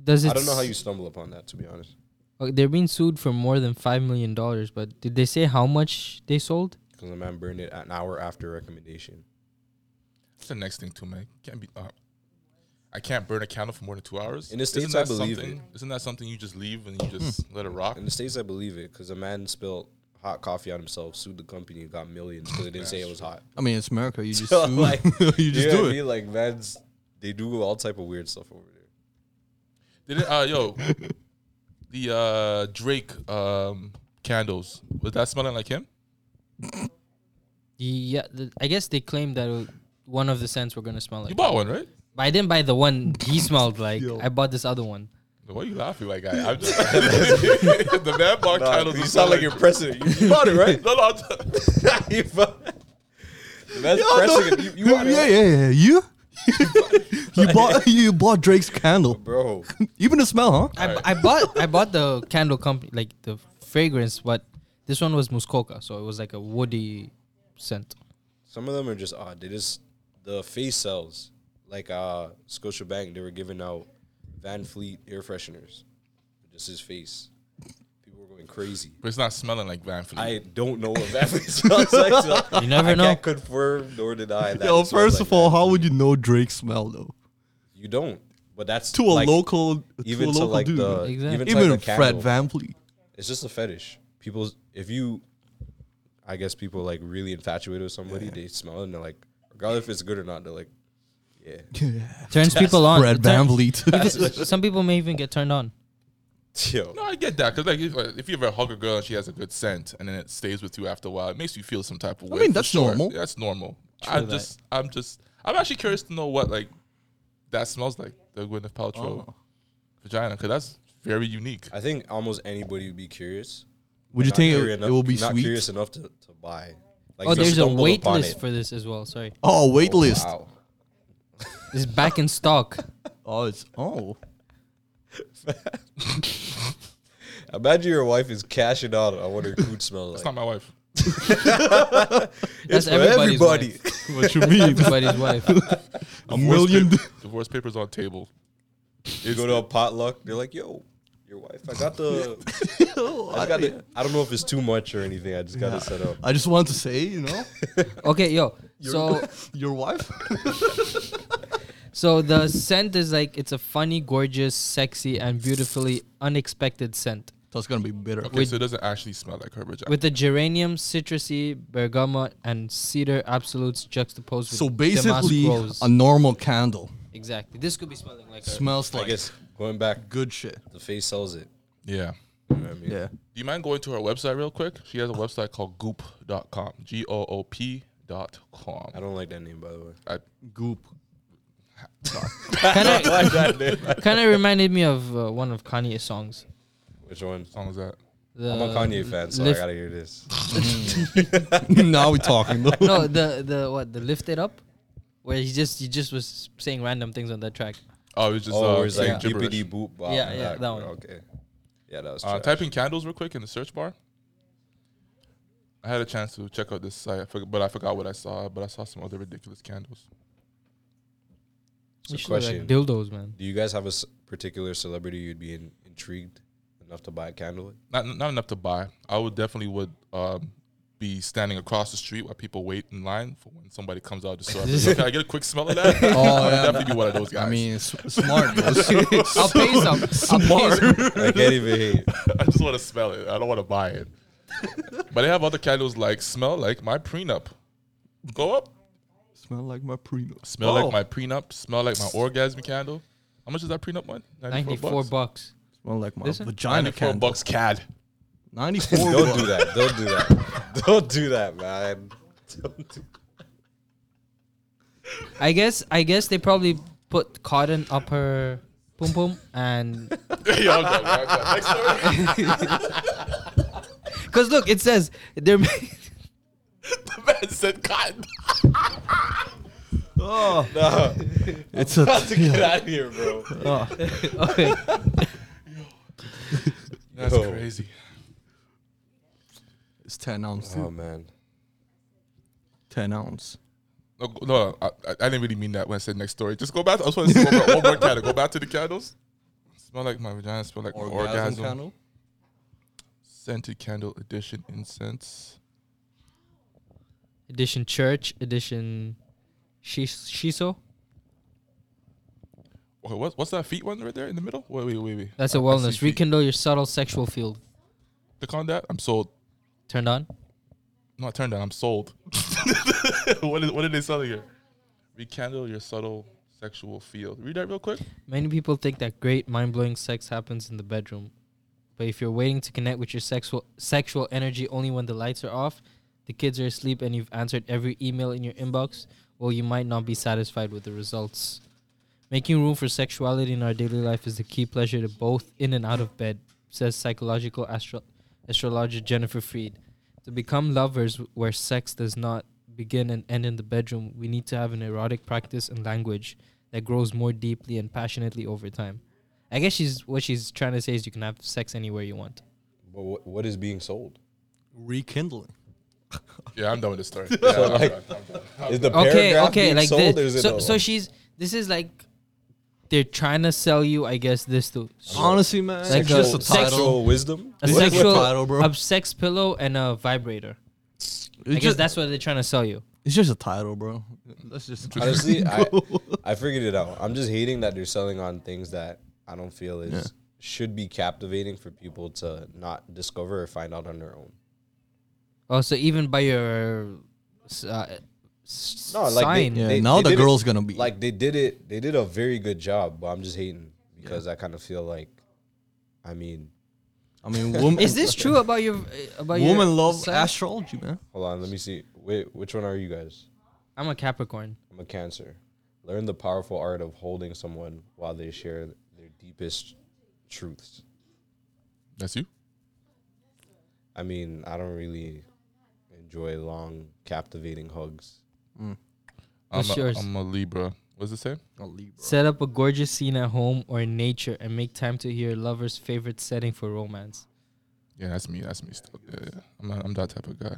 Does it?
I don't know how you stumble upon that, to be honest.
Uh, They're being sued for more than five million dollars, but did they say how much they sold?
Because the man burned it an hour after recommendation.
That's the next thing too, man. Can't be. Uh, I can't burn a candle for more than two hours.
In the States,
Isn't that
I believe
something-
it.
Isn't that something you just leave and you
<clears throat>
just let it rock?
In the states, I believe it. Because a man spilled hot coffee on himself, sued the company, and got millions because it didn't say it was hot.
I mean, it's America.
<laughs>
You just
So,
do,
like,
<laughs> you just
know
do
what I
it.
mean? Like man's, they do all type of weird stuff over there.
Did it? Uh, yo, the uh, Drake um, candles was that smelling like him?
Yeah, th- I guess they claimed that uh, one of the scents were gonna smell like.
You bought one, right?
But I didn't buy the one <laughs> he smelled like.
Yo.
I bought this other one.
Why are you laughing like I? I'm just <laughs> the man bought
Nah,
candles.
'cause you
that
sound like you're pressing it. You bought it, right?
<laughs>
<laughs>
no, no. I'm t-
You bought- <laughs> That's
Yeah, no.
pressing it. You, you <laughs> bought it,
<laughs> yeah,
right?
yeah, yeah. You, you bought <laughs> you bought Drake's candle. <laughs>
Bro,
Even the smell, huh?
I, bu-
Alright.
I bought I bought <laughs> the candle company like the fragrance, but this one was Muskoka, so it was like a woody scent.
some of them are just odd. They just the face sells. Like uh Scotiabank, they were giving out Van Fleet air fresheners. Just his face. People were going crazy.
but it's not smelling like Van Fleet.
I don't know what Van Fleet <laughs> smells like. so
You never
I
know.
can't confirm nor deny that.
Yo,
it smells
first
like
of all,
that.
how would you know Drake's smell though?
you don't. But that's
To a
like,
local, to
even
a
to,
local
like
dude,
the
Exactly.
even, to,
even
like, a
Fred
candle.
VanVleet. <laughs>
it's just a fetish. People, if you, I guess people like really infatuated with somebody, they smell it and they're like, regardless if it's good or not, they're like, <laughs> yeah.
Turns people on.
Fred
It turn-
VanVleet.
Some people may <laughs> even get turned on.
Yo,
No, I get that because like if, uh, if you ever hug a girl and she has a good scent and then it stays with you after a while, it makes you feel some type of way.
mean,
for
that's
sure.
normal.
That's normal. I'm
that.
just, I'm just, I'm actually curious to know what like that smells like the Gwyneth Paltrow vagina because that's very unique.
Oh. I think almost anybody would be curious.
<laughs> would you
Not
think
curious
it,
enough-
it will be
not
sweet?
curious enough to, to buy. Like,
Oh,
you
there's a
stumble
wait
upon
list
it.
for this as well. Sorry,
Oh, wait
Oh,
list.
Wow.
it's back in stock. <laughs>
Oh, it's oh.
<laughs> Imagine your wife is cashing out. I wonder what her coot smells
It's
like.
not my wife.
That's
For
everybody's
everybody.
wife.
What you mean?
Everybody's wife.
a
Divorce
million. <laughs>
pap- divorce papers on table.
<laughs> You go to a potluck. They're like, yo, your wife. I got
<laughs>
the.
Oh,
I got the. I don't know if it's too much or anything. I just got it set up.
I just want to say, you know, <laughs>
Okay, yo. <laughs> So
your <laughs> wife.
so the scent is like it's a funny, gorgeous, sexy, and beautifully unexpected scent.
So it's gonna be bitter.
Okay,
With-
so it doesn't actually smell like herbal jack.
with the geranium, citrusy, bergamot, and cedar absolutes juxtaposed with
So
damask
basically,
rose.
a normal candle
exactly. This could be smelling like a
smells
I
like
guess going back,
good shit.
the face sells it.
yeah.
You know what I mean?
Yeah.
Do you mind going to her website real quick? She has a website called goop.com. G O O P dot com.
I don't like that name, by the way.
Goop. <laughs>
kind of
like that name.
kind of reminded me of uh, one of Kanye's songs.
<laughs> Which one?
song is that?
The
I'm a Kanye fan, so
lift-
I gotta hear this.
now we talking. Though.
no, the the what the lift it up, where he just he just was saying random things on that track.
Oh, it's just
oh,
uh,
it's
saying
like
gibberish.
gibbity boop. bop,
Yeah, yeah,
back.
that one.
Okay. Yeah, that was.
Uh,
trash.
type in candles real quick in the search bar. I had a chance to check out this site, I forg- but I forgot what I saw. But I saw some other ridiculous candles.
So
They should look
question.
like
<laughs>
dildos, man.
Do you guys have a s- particular celebrity you'd be in, intrigued enough to buy a candle with? <laughs>
Not not enough to buy. I would definitely would um, be standing across the street while people wait in line for when somebody comes out. Just so I
<laughs>
can I get a quick smell of that.
Oh,
I would
yeah.
definitely be one of those guys.
<laughs> I mean, it's <laughs> smart. bro.
I'll pay some. I'll pay
<laughs>
some.
I can't even hate.
<laughs> I just want to smell it. I don't want to buy
<laughs>
it. but they have other candles like smell like my prenup. Go up.
Smell like my prenup.
Smell
Oh.
like my prenup. Smell like my orgasm candle. How much is that prenup one?
94 bucks.
Smell like my
This one?
vagina candle.
bucks
<laughs>
CAD.
Ninety four.
Don't do that. Don't do <laughs> that. Don't do that, man. Don't
<laughs>
do-
I guess I guess they probably put cotton up her pum pum and
<laughs> Yeah, okay, okay. Next story.
cuz look it says
<laughs>
they're ma-
The man said cotton.
Oh,
No,
it's a.
get out of here, bro.
oh.
okay.
That's
Yo.
crazy.
It's ten ounce.
Oh
dude.
man.
Ten ounce.
No, go- no I, I didn't really mean that when I said next story. Just go back. I just want to see one more, one more candle. Go back to the candles. Smell like my vagina. Smell like my orgasm.
candle.
Scented candle edition incense.
edition church edition shis- shiso
Okay, what's what's that feet one right there in the middle? Wait, wait, wait, wait.
that's a
Oh, I- I see
wellness
feet.
rekindle your subtle sexual field
Click on that. I'm sold.
turned on
No, I turned down. I'm sold. <laughs> what, is, what are they selling here? Rekindle your subtle sexual field. Read that real quick.
Many people think that great mind-blowing sex happens in the bedroom. But if you're waiting to connect with your sexual sexual energy only when the lights are off, the kids are asleep and you've answered every email in your inbox, well you might not be satisfied with the results. Making room for sexuality in our daily life is the key pleasure to both in and out of bed, says psychological astro- astrologer Jennifer Freed. To become lovers where sex does not begin and end in the bedroom, we need to have an erotic practice and language that grows more deeply and passionately over time. I guess she's what she's trying to say is you can have sex anywhere you want.
But what, what is being sold?
Rekindling.
Yeah, I'm done with this <laughs> story. Yeah, I'm
like-
done, I'm done.
Is the
Okay,
paragraph
okay,
being
like
sold? or is
this.
it
So,
a-
so she's this is like they're trying to sell you, I guess, this to
Honestly, man,
Like
it's
a
just a
Oh. sexual-
title.
sexual wisdom?
a
This is a
sexual
title, bro.
a sex pillow and a vibrator. I
It's
guess
just,
that's what they're trying to sell you.
it's just a title, bro. Let's just
<laughs> Honestly, I, I figured it out. I'm just hating that they're selling on things that I don't feel is
Yeah.
should be captivating for people to not discover or find out on their own.
Oh, so even by your s- uh, s-
No, like they-
sign,
yeah.
They-
now
they
the
did it-
girl's gonna be
Like they did it, they did a very good job, but I'm just hating because I kind of feel like, I mean,
I mean, woman.
<laughs>
is this true about your about your
woman love
sign?
astrology, man?
hold on, let me see. Wait, which one are you guys?
I'm a Capricorn.
I'm a Cancer. Learn the powerful art of holding someone while they share their deepest truths.
That's you.
I mean, I don't really enjoy long,
<laughs>
captivating hugs.
I'm
What's
a,
yours?
I'm a Libra. What's it say?
Oh,
Set up a gorgeous scene at home or in nature and make time to hear your lover's favorite setting for romance.
Yeah, that's me. That's me. Still. Yeah, yeah. I'm not, I'm that type of guy.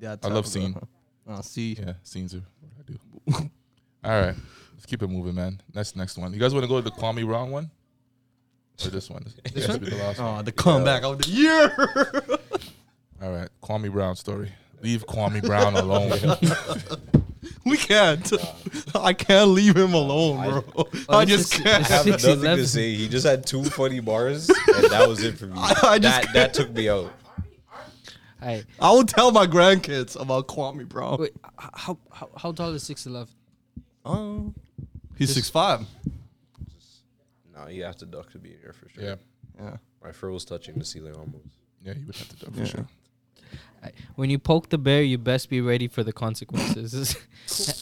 That
I
type
love
of
seeing.
girl, huh? Uh, see,
Yeah, scenes are what I do. <laughs> All right, let's keep it moving, man. That's the next one. You guys want to go to the Kwame Wrong one or this one? This will be the last one.
oh, the comeback of the year. <laughs>
Oh. <laughs>
All right, Kwame Brown story. Leave Kwame Brown alone.
we can't. <laughs> I can't leave him alone, bro.
Oh,
<laughs> I
this
just
is-
can't.
this
I have
Six
nothing
eleven.
to say. He just had two funny bars, and that was it for me.
<laughs> I- I just
that that took me out.
Hi.
I will tell my grandkids about Kwame Brown.
Wait, h- how, how how tall is six eleven?
Oh, he's six five.
No, you have to duck to be here for sure.
Yeah,
Yeah.
My fur was touching the ceiling almost.
yeah, you would have to do it for
Yeah.
sure.
When you poke the bear, you best be ready for the consequences.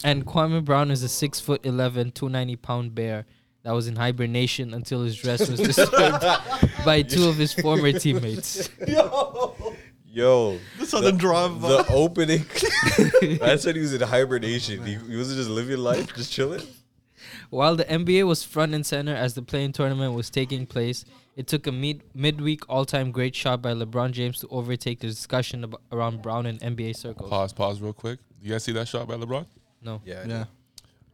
<laughs> and Kwame Brown is a six foot 11, 290 pound bear that was in hibernation until his dress was disturbed by two of his former teammates.
Yo,
This doesn't drive.
the opening.
<laughs>
I said he was in hibernation. he, he wasn't just living life, just chilling.
While the NBA was front and center as the playing tournament was taking place, it took a mid- midweek all time great shot by LeBron James to overtake the discussion ab- around Brown in NBA circles.
Pause, pause, real quick. You guys see that shot by LeBron?
No.
Yeah,
yeah,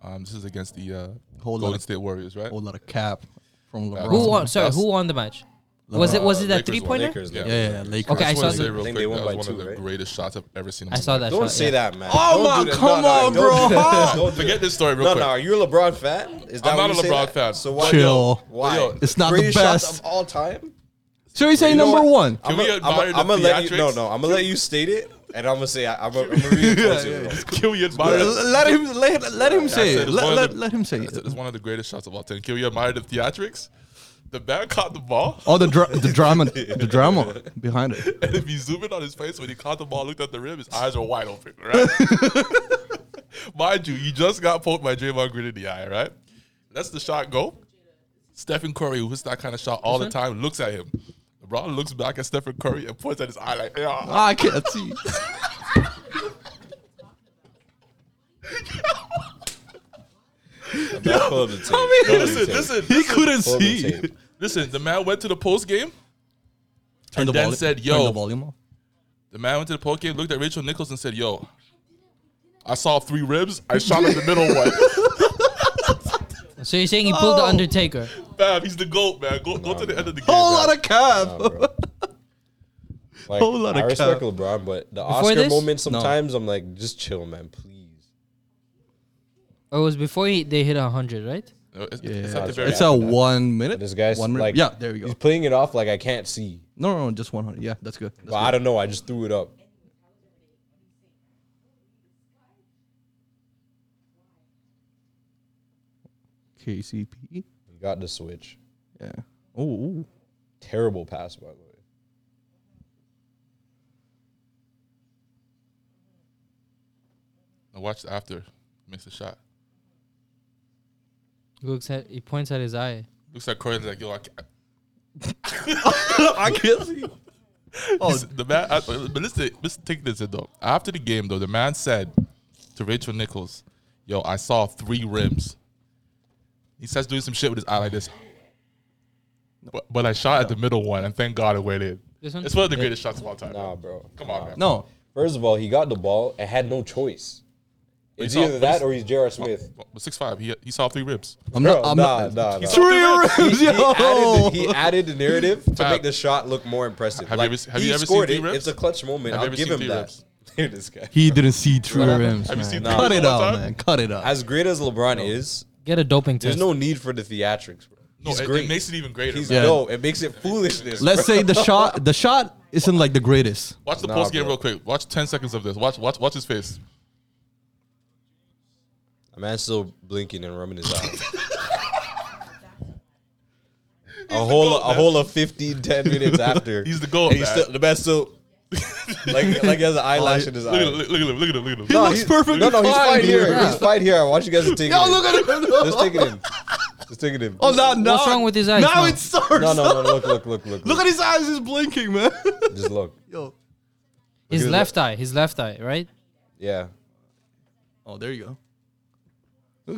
Um, this is against the uh,
Whole
Golden
lot.
State Warriors, right?
whole lot of cap from LeBron.
Who won?
That's-
Sorry, who won the match? Was it was
Uh,
it that
Lakers won.
three pointer?
Lakers.
Yeah.
Yeah, yeah, Lakers.
Okay, I
just
saw
wanna
the-
say real
I
quick,
think they
that
won
was
by
one of
two,
the
right?
greatest shots I've ever seen. In
I
my
saw
life.
that
Don't
shot.
say
yeah.
that, man.
Oh
Don't
my-
do that.
come on,
don't
bro.
do that.
<laughs> Huh?
Don't do
Forget
that.
this story, real
No,
quick.
no, you're a LeBron fan. Is that
I'm
why
not
you
a
say
LeBron
that?
fan.
So why?
Chill.
Why?
Yo,
It's not the
Greatest shots
best.
of all time.
Should we say
You know
number
what?
one?
Can we admire the
I'm gonna let you. No,
theatrics?
no. I'm gonna let you state it, and I'm gonna say I, I'm gonna reinforce
Yeah,
it.
Kill your
Let,
admirer.
let him. Let, let him say
said
it.
it's
Let,
one of
let,
the-
let him say
It's
it.
one of the greatest shots of all time. Can we admire the theatrics? The man caught the ball,
Oh, the dra- the drama, the drama behind it.
<laughs> and if you zoom in on his face when he caught the ball, looked at the rim, his eyes are wide open, right? <laughs> Mind you, he just got poked by Draymond Green in the eye, right? Lets the shot go. Stephen Curry, who hits that kind of shot all the time, looks at him. LeBron looks back at Stephen Curry and points at his eye like, yeah.
I <laughs> can't see.
I'm not pulling the tape. Pulling the
Listen,
tape.
listen,
He couldn't
Pulling the
see.
tape.
<laughs> listen. The man went to the post game.
Turn the
then
volu-
said,
turn
"Yo."
the volume off.
The man went to the post game, looked at Rachel Nichols, and said, "Yo, I saw three ribs. I shot at the middle
<laughs>
one."
So you're saying he pulled the
Oh.
Undertaker?
Fam, he's the goat, man. Go, go to the end of the game.
Whole
man.
lot of cap.
Nah, bro. Like,
Whole lot
I
of
respect
cap.
LeBron, but the
Before
Oscar
this?
moment sometimes I'm like, just chill, man, please.
Or it was before he, they hit hundred, right?
No, it's,
<laughs> Yeah,
it's at the
it's,
very
it's a one minute.
This guy's
one minute.
like,
yeah, there we go.
He's playing it off like I can't see,
No, no, no, just one hundred. Yeah, that's good. That's
but I don't know. I just threw it up.
good. KCP.
He got the switch.
Yeah. Oh, ooh.
Terrible pass, by the way.
I watched after. Makes a shot.
He looks at he points at his eye.
Looks like Curry's like, yo, I can't.
I <laughs> can't see. Oh.
He's- the man. I, but listen, let's take this in though. After the game, though, the man said to Rachel Nichols, "Yo, I saw three rims." He starts doing some shit with his eye like this. But, but I shot at the middle one, and thank God it went in.
This one?
It's one of the greatest shots of all time.
Nah, bro.
Come on, man.
No,
First of all, he got the ball and had no choice. It's
saw-
either that or he's J.R. Smith.
Six five. He he saw three ribs.
I'm
Bro,
not. I'm
nah,
not.
nah, nah.
Three ribs,
He,
yo.
added the,
<laughs>
he added the narrative to make the shot look more impressive.
Have you
like,
ever se- have
he
you ever
scored
seen
it.
three rips?
It's a clutch moment.
Have you
I'll
ever
give
seen
him
three
that.
rips?
<laughs> Dude, this guy.
He didn't see true rims,
Have you seen
man.
three
Cut
rims
it
all the
out,
time?
man. Cut it out.
As great as LeBron is,
Get a doping
there's
test.
no need for the theatrics, bro.
No,
He's
it,
great.
it makes it even greater.
He's
man.
no, it makes it foolishness.
Let's say
<laughs>
the shot. The shot isn't like the greatest.
Watch the
Nah,
post game
bro.
real quick. Watch ten seconds of this. Watch watch watch his face.
A man's still blinking and rubbing his eyes. a whole
goat,
a
man.
whole of 15,
<laughs>
10 minutes after.
He's the goat,
And he's
man. Oh,
still the best still like like he has an eyelash in his
Look
eye.
at him! Look at him! Look at him! Look at him!
No, looks
he's-
perfectly
No, no, he's
fine
fine here.
here.
He's fine here. I want you guys to take
<laughs>
it. in.
at him.
Just take it in. Just take
<laughs>
it in.
Oh, now, now,
wrong with his eyes
Now
now?
it starts.
No, no, no. Look, look, look, look.
Look at his eyes. He's blinking, man. <laughs>
Just look.
Yo.
his
Look at
left eye, his left eye, right?
Yeah.
Oh, there you go.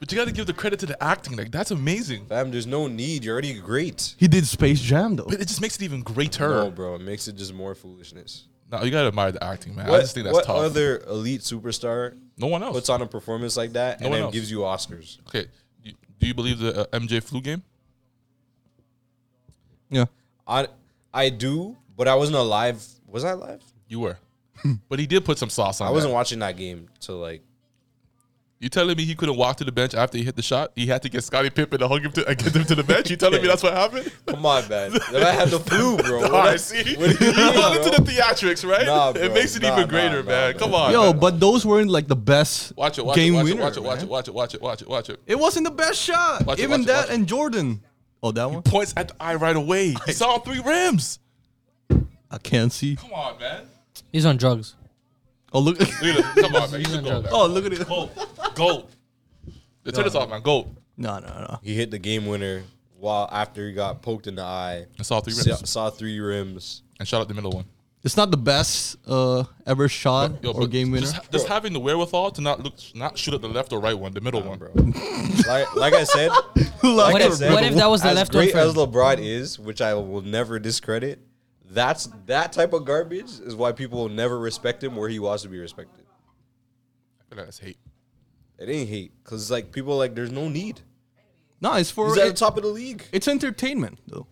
But you got to give the credit to the acting. Like that's amazing.
Fam, there's no need. You're already great.
he did Space Jam though.
But it just makes it even greater.
No,
No,
bro. It makes it just more foolishness.
you gotta admire the acting, man.
What,
I just think that's
what
tough.
other elite superstar
no one else.
puts on a performance like that
No
and
one
then
else.
gives you Oscars?
okay, you- do you believe the uh, MJ flu game?
Yeah.
I I do, but I wasn't alive. Was I alive? <laughs>
You were, but he did put some sauce on.
I wasn't
That. <laughs>
watching that game till like
You telling me he couldn't walk to the bench after he hit the shot? He had to get Scottie Pippen to hug him to <laughs> uh, get him to the bench. You
<laughs>
telling me that's what happened?
Come on, man. Then I had the
<laughs>
flu, bro. What
All
I-
right, see,
<laughs> what
<laughs>
do you mean,
fall into
bro?
the theatrics, right?
Nah,
it
bro.
makes it
Nah,
even
nah,
greater,
nah,
man.
bro.
Come on,
Yo,
man.
but those weren't like the best
watch it, watch it,
game
watch
winner.
it, watch it, watch it,
man.
watch it, watch it, watch it, watch it.
It wasn't the best shot.
Watch it, watch
Even
it,
that
watch it.
and Jordan. Oh, that one?
Points at the eye right
<laughs>
away. He saw him three rims.
I can't see.
Come on, man.
He's
<laughs>
on drugs.
Oh, look. <laughs>
Look at him. Come on, man. You should go. man.
oh, look at it.
Go, go. The turn this off, man. Go.
No, no, no.
He hit the game winner while after he got poked in the eye.
I saw three
Saw,
rims
saw three rims.
and shot out the middle one.
It's not the best uh, ever shot
Yo,
or
but
game winner.
Just, just having the wherewithal to not look, not shoot at the left or right one, the middle one,
Bro. like, like
<laughs>
I said,
Like
What
a
if, what if that was the
as
left one?
great
for him?
as LeBron is, which I will never discredit, that's that type of garbage is why people will never respect him where he wants to be respected.
I feel like that's hate.
It ain't hate, cause like people like there's no need.
No, it's for
He's at the
it-
top of the league.
it's entertainment though.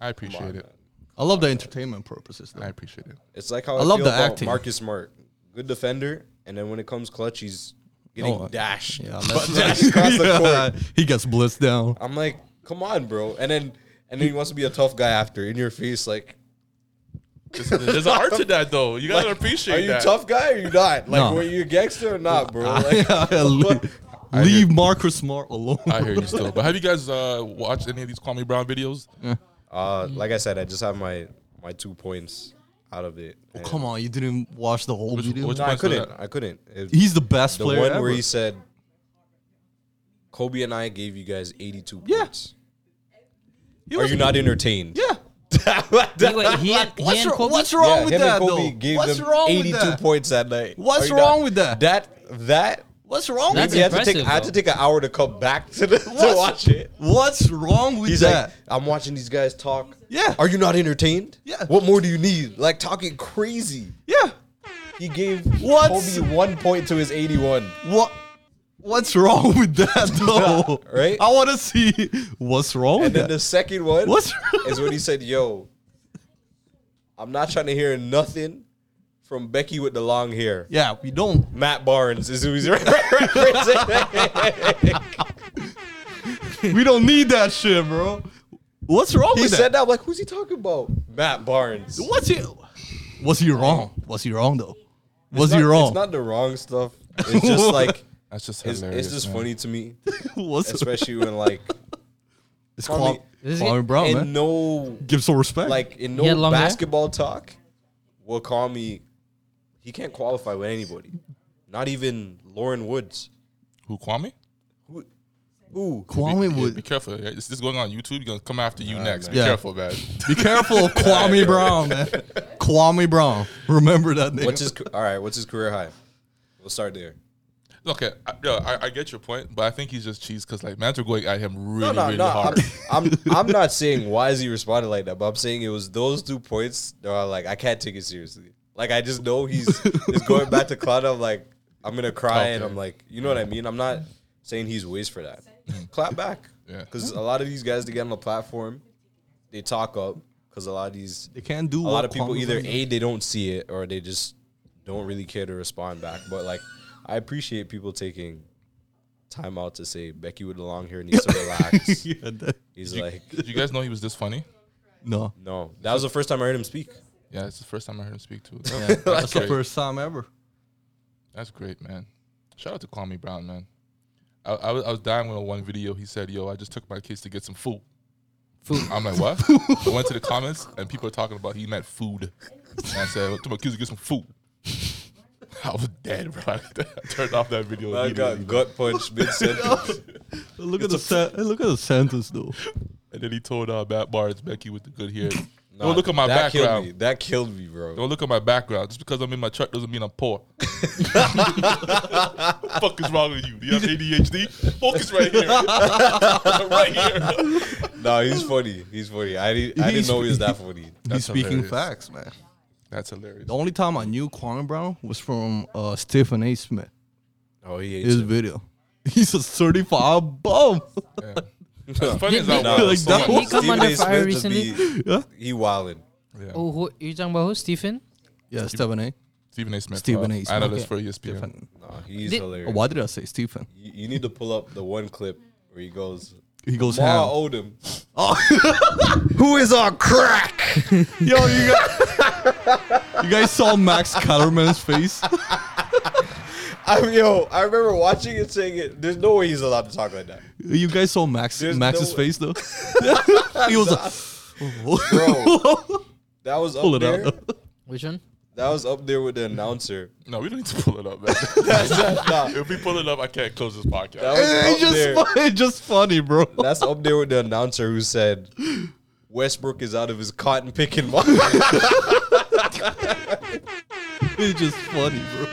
I appreciate it.
I love the entertainment purposes
I
though.
appreciate it.
It's like how I,
I love
feel
the
about
acting.
Marcus Smart, good defender, and then when it comes clutch, he's getting
Oh,
dashed. <laughs>
Yeah,
Dashed
<laughs>
across the court.
he gets blitzed down.
I'm like, come on, bro. And then and then he wants to be a tough guy after in your face, like,
There's, there's an art to that, though. You gotta
like,
appreciate
Are you
that.
tough guy or are you not? Like,
No.
were you a gangster or
<laughs>
not, bro? Like,
leave leave Marcus Smart alone.
<laughs> I hear you still. But have you guys uh, watched any of these Kwame Brown videos?
uh, like I said, I just have my my two points out of it.
Oh,
And-
come on, you didn't watch the whole
Which-
video.
which
no, I
points was
couldn't.
that?
I couldn't. It-
He's the best
the
player
one
ever.
where he said, Kobe and I gave you guys 82
Yeah.
points.
He
Are
was-
you not <laughs> entertained?
Yeah.
He, wait, he and, he
What's,
and
wrong-
Kobe?
what's wrong
<laughs> Yeah,
with
him
that
and Kobe
though?
gave
what's
them
wrong
82
with that?
points that night.
What's
Are you
wrong
not-
with that?
That that
What's wrong
That's
with
you
that?
have to take
impressive,
I had to
though.
take an hour to come back to the, <laughs> to
What's-
watch it.
What's wrong with
He's
that?
like, I'm watching these guys talk.
Yeah.
Are you not entertained?
Yeah.
What more do you need? Like talking crazy.
yeah.
He gave
What's-
Kobe one point to his 81.
What? What's wrong with
<laughs>
that though?
Right?
I want to see what's wrong
And
with
then
that.
the second one
What's-
is when he said, "Yo, I'm not trying to hear nothing from Becky with the long hair."
yeah, we don't.
Matt Barnes is who he's <laughs> referencing.
We don't need that shit, bro. What's wrong
he
with
said
that?
that. I'm like, who's he talking about? Matt Barnes.
What's he? Was he wrong? Was he wrong though? Was he
not-
wrong?
It's not the wrong stuff. It's just like
That's just
it's,
hilarious.
it's just
man.
funny
<laughs>
to me,
<laughs> What's
especially
<laughs>
when like
it's
Kwame-
Kwame,
This is
Kwame
it.
Brown,
in
man.
no
Give some respect.
like in
had
no
long hair?
basketball talk, will call me. He can't qualify with anybody, not even Lauren Woods.
Who Kwame?
Who? who?
Kwame
Yeah, be
would
careful. yeah. This is going on YouTube. Gonna come after you next.
man.
Be
Yeah.
careful, man. <laughs>
be careful of Kwame Brown, man. Kwame Brown. Remember that name.
What's his? ca- All right. What's his career high? We'll start there.
Okay, I, yeah, I, I get your point, but I think he's just cheese because like Mans are going at him really,
No, no,
really
no. I'm, <laughs>
hard.
I'm, I'm not saying why is he responding like that, but I'm saying it was those two points that are like I can't take it seriously. Like I just know he's is going back to Cloud. I'm like I'm gonna cry, and
Okay.
I'm like, you know what I mean. I'm not saying he's waste for that. Clap back,
Yeah.
because a lot of these guys that get on the platform, they talk up because a lot of these,
they can't do
a
what
lot of people
Kwame
either
Brown
a they don't see it or they just don't really care to respond back. But like I appreciate people taking. Time out to say Becky with the long hair needs to
does. <laughs>
relax.
Yeah, that-
He's
Did you-
like,
did you guys know he was this funny?
no,
no. That was the first time I heard him speak.
Yeah, it's the first time I heard him speak too.
that's the
great.
first time ever.
That's great, man. Shout out to Kwame Brown, man. I, I, was, I was dying when on one video he said, "Yo, I just took my kids to get some food."
Food.
I'm like, what? I went to the comments and people are talking about he meant food. And I said, "I took my kids to get some food." <laughs> I was dead, bro. <laughs> I turned off that video.
I
immediately.
got <laughs> gut punch mid sentence.
Look at the sen- look at the sentence though.
And then he told uh, Matt Barnes, Becky with the good
<laughs>
hair. Don't look at my
that Killed me.
background.
That killed me, bro.
Don't look at my background. Just because I'm in my truck doesn't mean I'm
<laughs>
poor. <laughs> the fuck is wrong with you? Do you have ADHD? Focus right here.
<laughs>
right here.
No, he's funny. He's funny. I, di- I
He's-
didn't know he was that funny.
That's
He's speaking
hilarious.
facts, man.
That's hilarious.
The only time I knew Kwame Brown was from uh, Stephen A. Smith.
Oh, he hates
His <laughs>
him.
video. He's a certified bum. <laughs>
Yeah. As funny as I
Nah,
was,
like
so
that
much-
He come
Stephen
under
A.
fire
Smith just
recently?
Be,
Yeah.
He wildin'.
Yeah.
Oh, who, you talking about who? Stephen?
Yeah, Stephen A.
Stephen A. Smith.
Stephen
uh,
A. Smith,
Analyst
okay.
for ESPN.
Stephen.
Nah, he's
Did-
Oh,
hilarious.
why did I say Stephen?
You, you need to pull up the one clip where he goes,
He goes
Ma
ham. Oh. <laughs>
Odom.
Who is on crack? <laughs> Yo, you guys, <laughs> you guys saw Max Kellerman's face?
I mean, yo, I remember watching it saying it. There's no way he's allowed to talk like that.
You guys saw Max
There's
Max's
no- <laughs>
face though. <laughs> he was like,
Bro, that was up
pull it
there.
out.
Which one?
That was up there with
<laughs>
the announcer.
No, we don't need to pull it up, man. <laughs>
That's, that's not.
if we pull it up, I can't close this podcast.
That was
<laughs> it's
up
just
there.
fu- it's just funny, bro.
That's up there with the announcer who said Westbrook is out of his
<laughs>
cotton picking mind.
It's just funny, bro.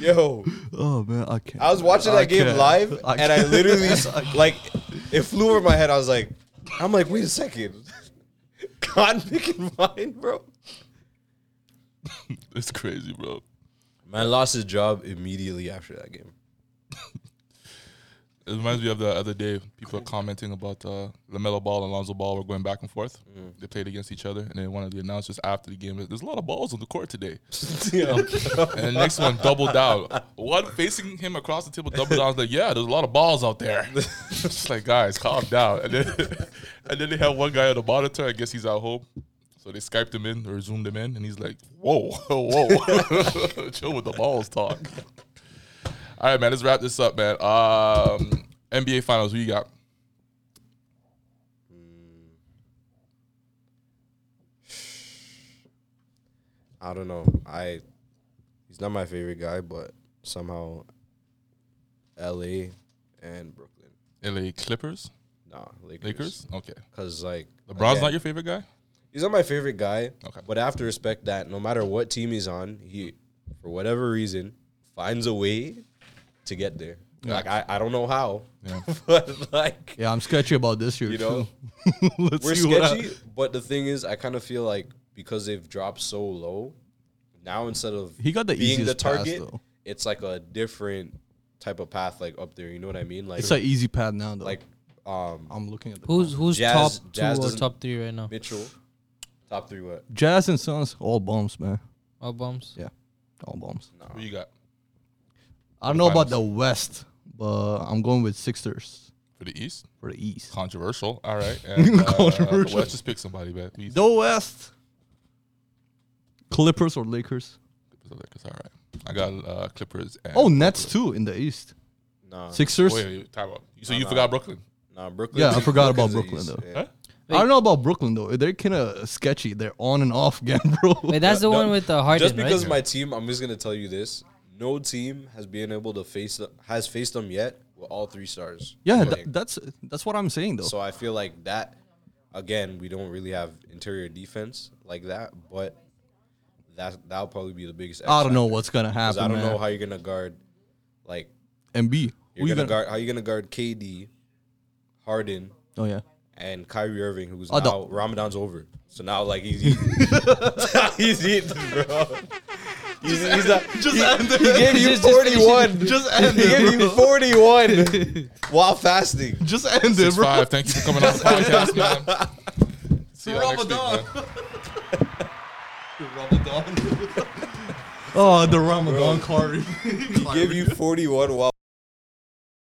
Yo,
Oh man, I can't.
I was watching that
I
game
can't.
live,
<laughs> I
and I
can't.
literally like it flew over my head. I was like, I'm like, wait a second, <laughs> cotton picking mind, bro.
it's crazy, bro.
Man lost his job immediately after that game. <laughs>
It reminds me of the other day. People are commenting about uh, Lamelo Ball and Lonzo Ball were going back and forth. They played against each other, and then one of the announcers after the game, "There's a lot of balls on the court today." And the next one doubled down. One facing him across the table doubled down. I was like, "Yeah, there's a lot of balls out
<laughs>
there." Just like, guys, calm down. And then, <laughs> and then they have one guy on the monitor. I guess he's at home, so they skyped him in or zoomed him in, and he's like, "Whoa, <laughs> whoa, chill with the balls talk." All right, man. Let's wrap this up, man. Um, NBA Finals. Who you got?
I don't know. I he's not my favorite guy, but somehow L.A. and Brooklyn.
LA Clippers,
Nah, Lakers.
Lakers. Okay.
Because like
LeBron's
again,
not your favorite guy.
He's not my favorite guy.
Okay.
But I have to respect that no matter what team he's on, he, for whatever reason, finds a way to get there. Like, I, I don't know how,
Yeah.
<laughs> but like,
Yeah, I'm sketchy about this year
You know,
too. <laughs> Let's
we're
see what hap-
sketchy. But the thing is, I kind of feel like because they've dropped so low, now instead of
He got the
being the
easiest pass,
target,
though.
it's like a different type of path, like up there. You know what I mean? Like,
It's an easy pad now, though.
like um,
I'm looking at the
Who's who's
Jazz-
top
Jazz
two or
doesn't-
top three right now?
Mitchell, top three. What?
Jazz and Suns, all bombs, man.
All bombs.
Yeah, all bombs.
Who you got
I don't know about the West, but I'm going with Sixers
for the East?
for the East.
Controversial. All
<laughs>
right. And, uh,
Controversial.
Let's just pick somebody, man. Please.
The West, Clippers or Lakers?
The Lakers. All right. I got uh, Clippers. And
Oh, Nets too in the East.
Nah,
Sixers.
Wait, wait, time out. So
No,
you
no.
forgot Brooklyn?
nah, Brooklyn.
Yeah, I forgot about
Brooklyn's the
Brooklyn,
East,
Huh?
I don't know about Brooklyn though. They're kind of sketchy. They're on and off again, <laughs> bro.
Wait, that's the
No,
one with the Harden,
just because
right?
my team, I'm just gonna tell you this: no team has been able to face the, has faced them yet with all three stars.
yeah,
Like,
tha- that's that's what I'm saying though.
so I feel like that. Again, we don't really have interior defense like that, but that that'll probably be the biggest. X
I don't know
factor.
what's gonna
'Cause
happen.
I don't
man.
know how you're gonna guard. Like
MB. Who
you're
you
gonna,
gonna?
guard how you gonna guard KD, Harden,
oh yeah.
and Kyrie Irving, who's
Oh, the-
now Ramadan's over. So now like he's eating. <laughs> he's eating, bro. He's, he's
<laughs>
not,
Just
he,
end it.
he gave you
Just- just finish it.
<laughs>
41.
Just end
he gave
it,
you
bro. <laughs>
41 while fasting.
Just end
Six
it, bro.
five. Thank you for coming on
<laughs>
the podcast, man. See you next week, man.
Oh, the <laughs> Ramadan <laughs> card. <laughs>
He gave you 41 while